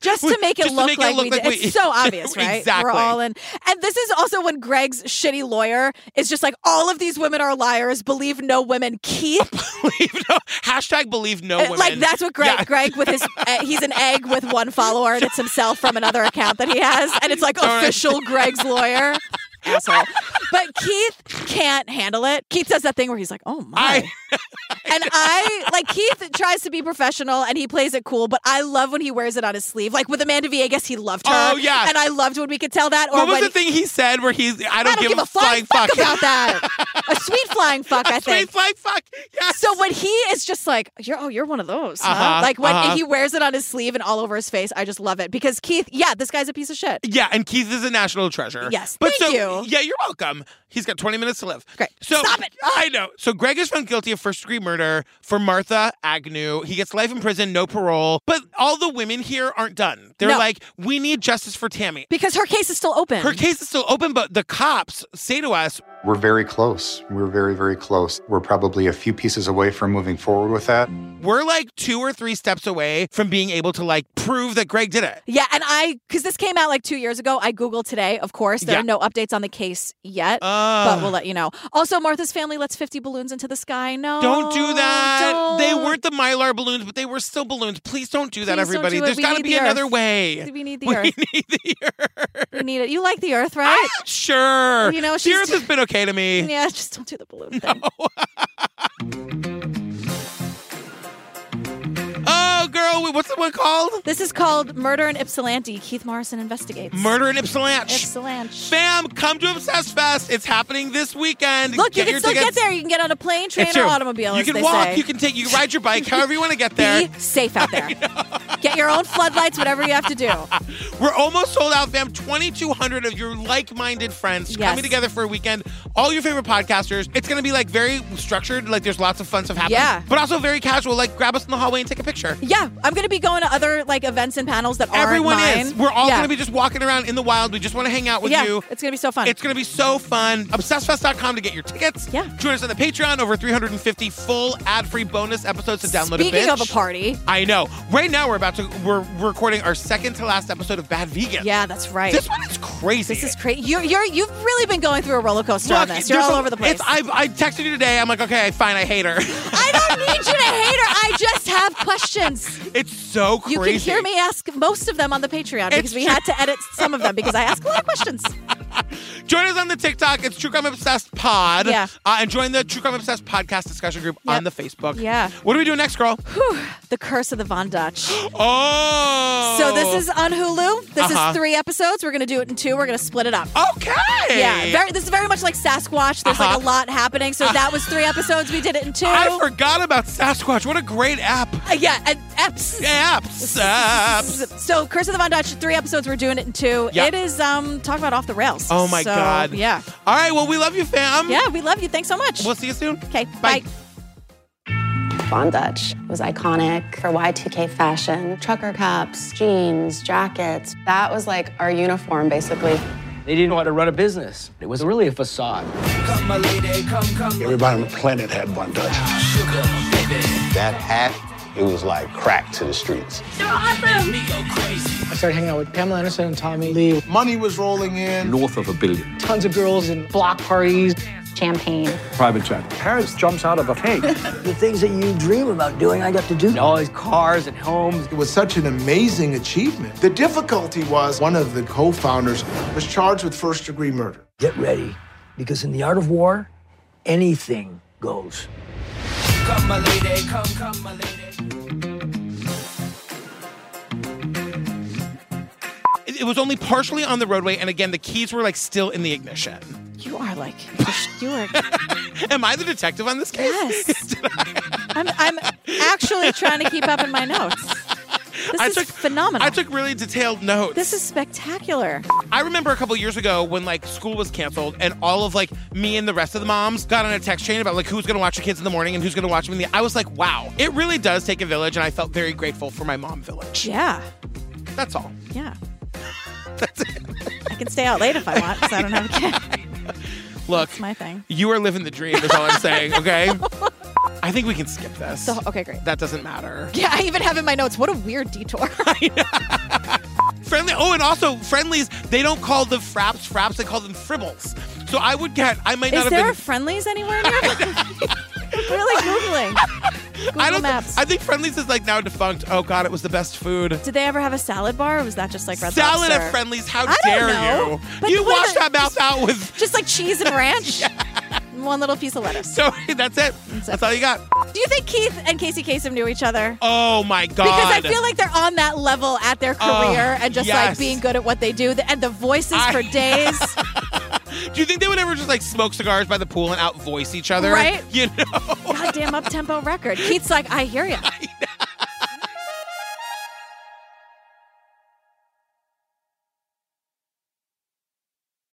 S2: Just to make it
S1: Just to
S2: look
S1: make it
S2: like
S1: look
S2: we
S1: like
S2: did.
S1: we-
S2: It's so obvious, right?
S1: Exactly.
S2: We're all in. And this is also when Greg's shitty lawyer is just like, all of these women are liars. Believe no women. Keep.
S1: Hashtag believe no
S2: Uh,
S1: women.
S2: Like that's what Greg.
S1: Yeah.
S2: Greg with his. Uh, he's an egg with one follower, and it's himself from another account that he has, and it's like
S1: Don't-
S2: official Greg's lawyer. Asshole. But Keith can't handle it. Keith does that thing where he's like, "Oh my," and I like Keith tries to be professional and he plays it cool, but I love when he wears it on his sleeve. Like with Amanda Viegas, he loved her.
S1: Oh, yeah.
S2: and I loved when we could tell that. Or
S1: what was
S2: when
S1: the thing he said where he's I don't,
S2: I don't give, a flying fuck, about that. a sweet flying fuck, I think.
S1: sweet flying fuck.
S2: So when he is just like, "You're oh, you're one of those," huh?"
S1: Uh-huh,
S2: like when
S1: uh-huh.
S2: he wears it on his sleeve and all over his face, I just love it because Keith, yeah, this guy's a piece of shit.
S1: Yeah, and Keith is a national treasure.
S2: Yes,
S1: but
S2: thank
S1: so, you. Yeah, you're welcome. He's got 20 minutes to live. Great. So stop it. I know. So Greg is found guilty of first degree murder for Martha Agnew. He gets life in prison, no parole. But all the women here aren't done. They're
S2: No.
S1: like, we need justice for Tammy.
S2: Because her case is still open.
S1: Her case is still open, but the cops say to us,
S10: We're very close. We're very, very close. We're probably a few pieces away from moving forward with that.
S1: we're like two or three steps away from being able to like prove that Greg did it.
S2: Yeah, and I because this came out like two years ago. I googled today. Of course, there
S1: Yeah. Uh.
S2: are no updates on the case yet, but we'll let you know. Also, Martha's family lets fifty balloons into the sky. No,
S1: Don't do that. They
S2: "Oh, don't.
S1: weren't the Mylar balloons, but they were still balloons. Please don't do that,
S2: Please don't
S1: everybody.
S2: do it.
S1: There's
S2: We
S1: got to
S2: need
S1: be
S2: the Earth.
S1: another way.
S2: We need the earth. We need the earth. We need it. You like the earth, right?
S1: Ah, Sure.
S2: You know,
S1: the
S2: she's-
S1: Earth has been okay to me.
S2: yeah, just don't do the balloon thing.
S1: Oh, girl, what's the one called?
S2: This is called Murder in Ypsilanti. Keith Morrison investigates.
S1: Murder in Ypsilanti.
S2: Ypsilanti.
S1: Fam, come to Obsessed Fest. It's happening this weekend.
S2: Look, you
S1: your
S2: can still
S1: tickets.
S2: get there. You can get on a plane, train,
S1: It's
S2: or
S1: true.
S2: automobile.
S1: You
S2: as
S1: can
S2: they
S1: walk.
S2: say.
S1: You can take. You can ride your bike. However you want to get there.
S2: Be safe out there. Get your own floodlights. Whatever you have to do.
S1: We're almost sold out, fam. 2,200 of your like minded friends
S2: Yes.
S1: coming together for a weekend. All your favorite podcasters. It's going to be like very structured. Like there's lots of fun stuff happening.
S2: Yeah.
S1: But also very casual. Like grab us in the hallway and take a picture.
S2: Yeah, I'm gonna be going to other like events and panels that aren't
S1: Everyone
S2: mine.
S1: is. We're all
S2: Yeah.
S1: going to be just walking around in the wild. We just want to hang out with
S2: Yeah,
S1: you.
S2: It's gonna be so fun.
S1: It's going to be so fun. Obsessfest.com to get your tickets. Yeah. Join us on the Patreon. Over 350 full ad free bonus episodes to download
S2: Speaking
S1: a
S2: of a party.
S1: I know. Right now, we're about to, we're recording our second to last episode of Bad Vegan.
S2: Yeah, that's right.
S1: This one is crazy.
S2: This is crazy. You're, you're you've really been going through a roller coaster on
S1: Look,
S2: this. You're
S1: there's
S2: all
S1: a-
S2: over the place.
S1: it's- I, I texted you today. I'm like, okay, fine, I hate her.
S2: I don't need you to hate her. I just have questions.
S1: it's so crazy.
S2: You can hear me ask most of them on the Patreon because we had to edit some of them because I ask a lot of questions.
S1: Join us on the TikTok. It's True Crime Obsessed Pod.
S2: Yeah.
S1: Uh, and join the True Crime Obsessed podcast discussion group on the Facebook.
S2: Yeah.
S1: What are we doing next, girl?
S2: The Curse of the Von Dutch.
S1: Oh.
S2: So this is on Hulu. This
S1: Uh-huh.
S2: is three episodes. We're gonna do it in two. We're gonna split it up.
S1: Okay.
S2: Yeah. Very, this is very much like Sasquatch. There's like
S1: Uh-huh.
S2: a lot happening. So that was three episodes. We did it in two.
S1: I forgot about Sasquatch. What a great app.
S2: Uh, yeah, and eps.
S1: Eps. Eps.
S2: So Curse of the Von Dutch, three episodes. We're doing it in two.
S1: Yeah.
S2: It is um talk about off the rails.
S1: Oh my
S2: So,
S1: God.
S2: Yeah.
S1: All right. Well, we love you, fam.
S2: Yeah, we love you. Thanks so much.
S1: We'll see you soon.
S2: Okay. Bye.
S15: Von Dutch was iconic for Y2K fashion, trucker caps, jeans, jackets. That was like our uniform, basically.
S16: They didn't know how to run a business. It was really a facade.
S17: Everybody on the planet had one touch. That hat, it was like crack to the streets.
S16: They're awesome. I started hanging out with Pamela Anderson and Tommy Lee. Money was rolling in.
S18: north of a billion.
S16: Tons of girls and block parties.
S15: Champagne.
S18: Private jet.
S16: Paris jumps out of a cake. the things that you dream about doing, I got to do. And all these cars and homes.
S19: It was such an amazing achievement. The difficulty was one of the co founders was charged with first degree murder.
S20: Get ready, because in the art of war, anything goes.
S16: Come, my lady, come, come, my lady.
S1: It it was only partially on the roadway, and again, the keys were like still in the ignition.
S2: You are like you are.
S1: Am I the detective on this case?
S2: Yes. I'm I'm actually trying to keep up in my notes. This
S1: I
S2: is
S1: took-
S2: phenomenal.
S1: I took really detailed notes.
S2: This is spectacular.
S1: I remember a couple years ago when like school was canceled and all of like me and the rest of the moms got on a text chain about like who's gonna watch the kids in the morning and who's gonna watch them in the I was like, wow, it really does take a village, and I felt very grateful for my mom village.
S2: Yeah.
S1: That's all.
S2: Yeah. I can stay out late if I want because I don't have a kid.
S1: Look,
S2: That's my thing.
S1: you are living the dream, is all I'm saying, okay? I think we can skip this.
S2: So, okay, great.
S1: That doesn't matter.
S2: Yeah, I even have in my notes. What a weird detour.
S1: Friendly. Oh, and also friendlies. They don't call the fraps fraps. They call them fribbles. So I would get. I might
S2: Is
S1: not
S2: there a
S1: have been.
S2: friendlies anywhere near? really googling. Google
S1: I don't. thi-
S2: Maps.
S1: I think friendlies is like now defunct. Oh God, it was the best food.
S2: Did they ever have a salad bar? or Was that just like red
S1: Salad
S2: lobster?
S1: at Friendly's. How
S2: I
S1: dare
S2: don't know,
S1: you?
S2: but
S1: you
S2: what
S1: wash
S2: the-
S1: that mouth out with.
S2: Just like cheese and ranch. And One little piece of lettuce.
S1: So that's it. That's all you got.
S2: Do you think Keith and Casey Kasem knew each other?
S1: Oh my God.
S2: Because I feel like they're on that level at their
S1: Oh,
S2: career and just
S1: yes.
S2: like being good at what they do, and the voices for days.
S1: Do you think they would ever just like smoke cigars by the pool and outvoice each other?
S2: Right?
S1: You know.
S2: Goddamn up tempo record. Keith's like, I hear you.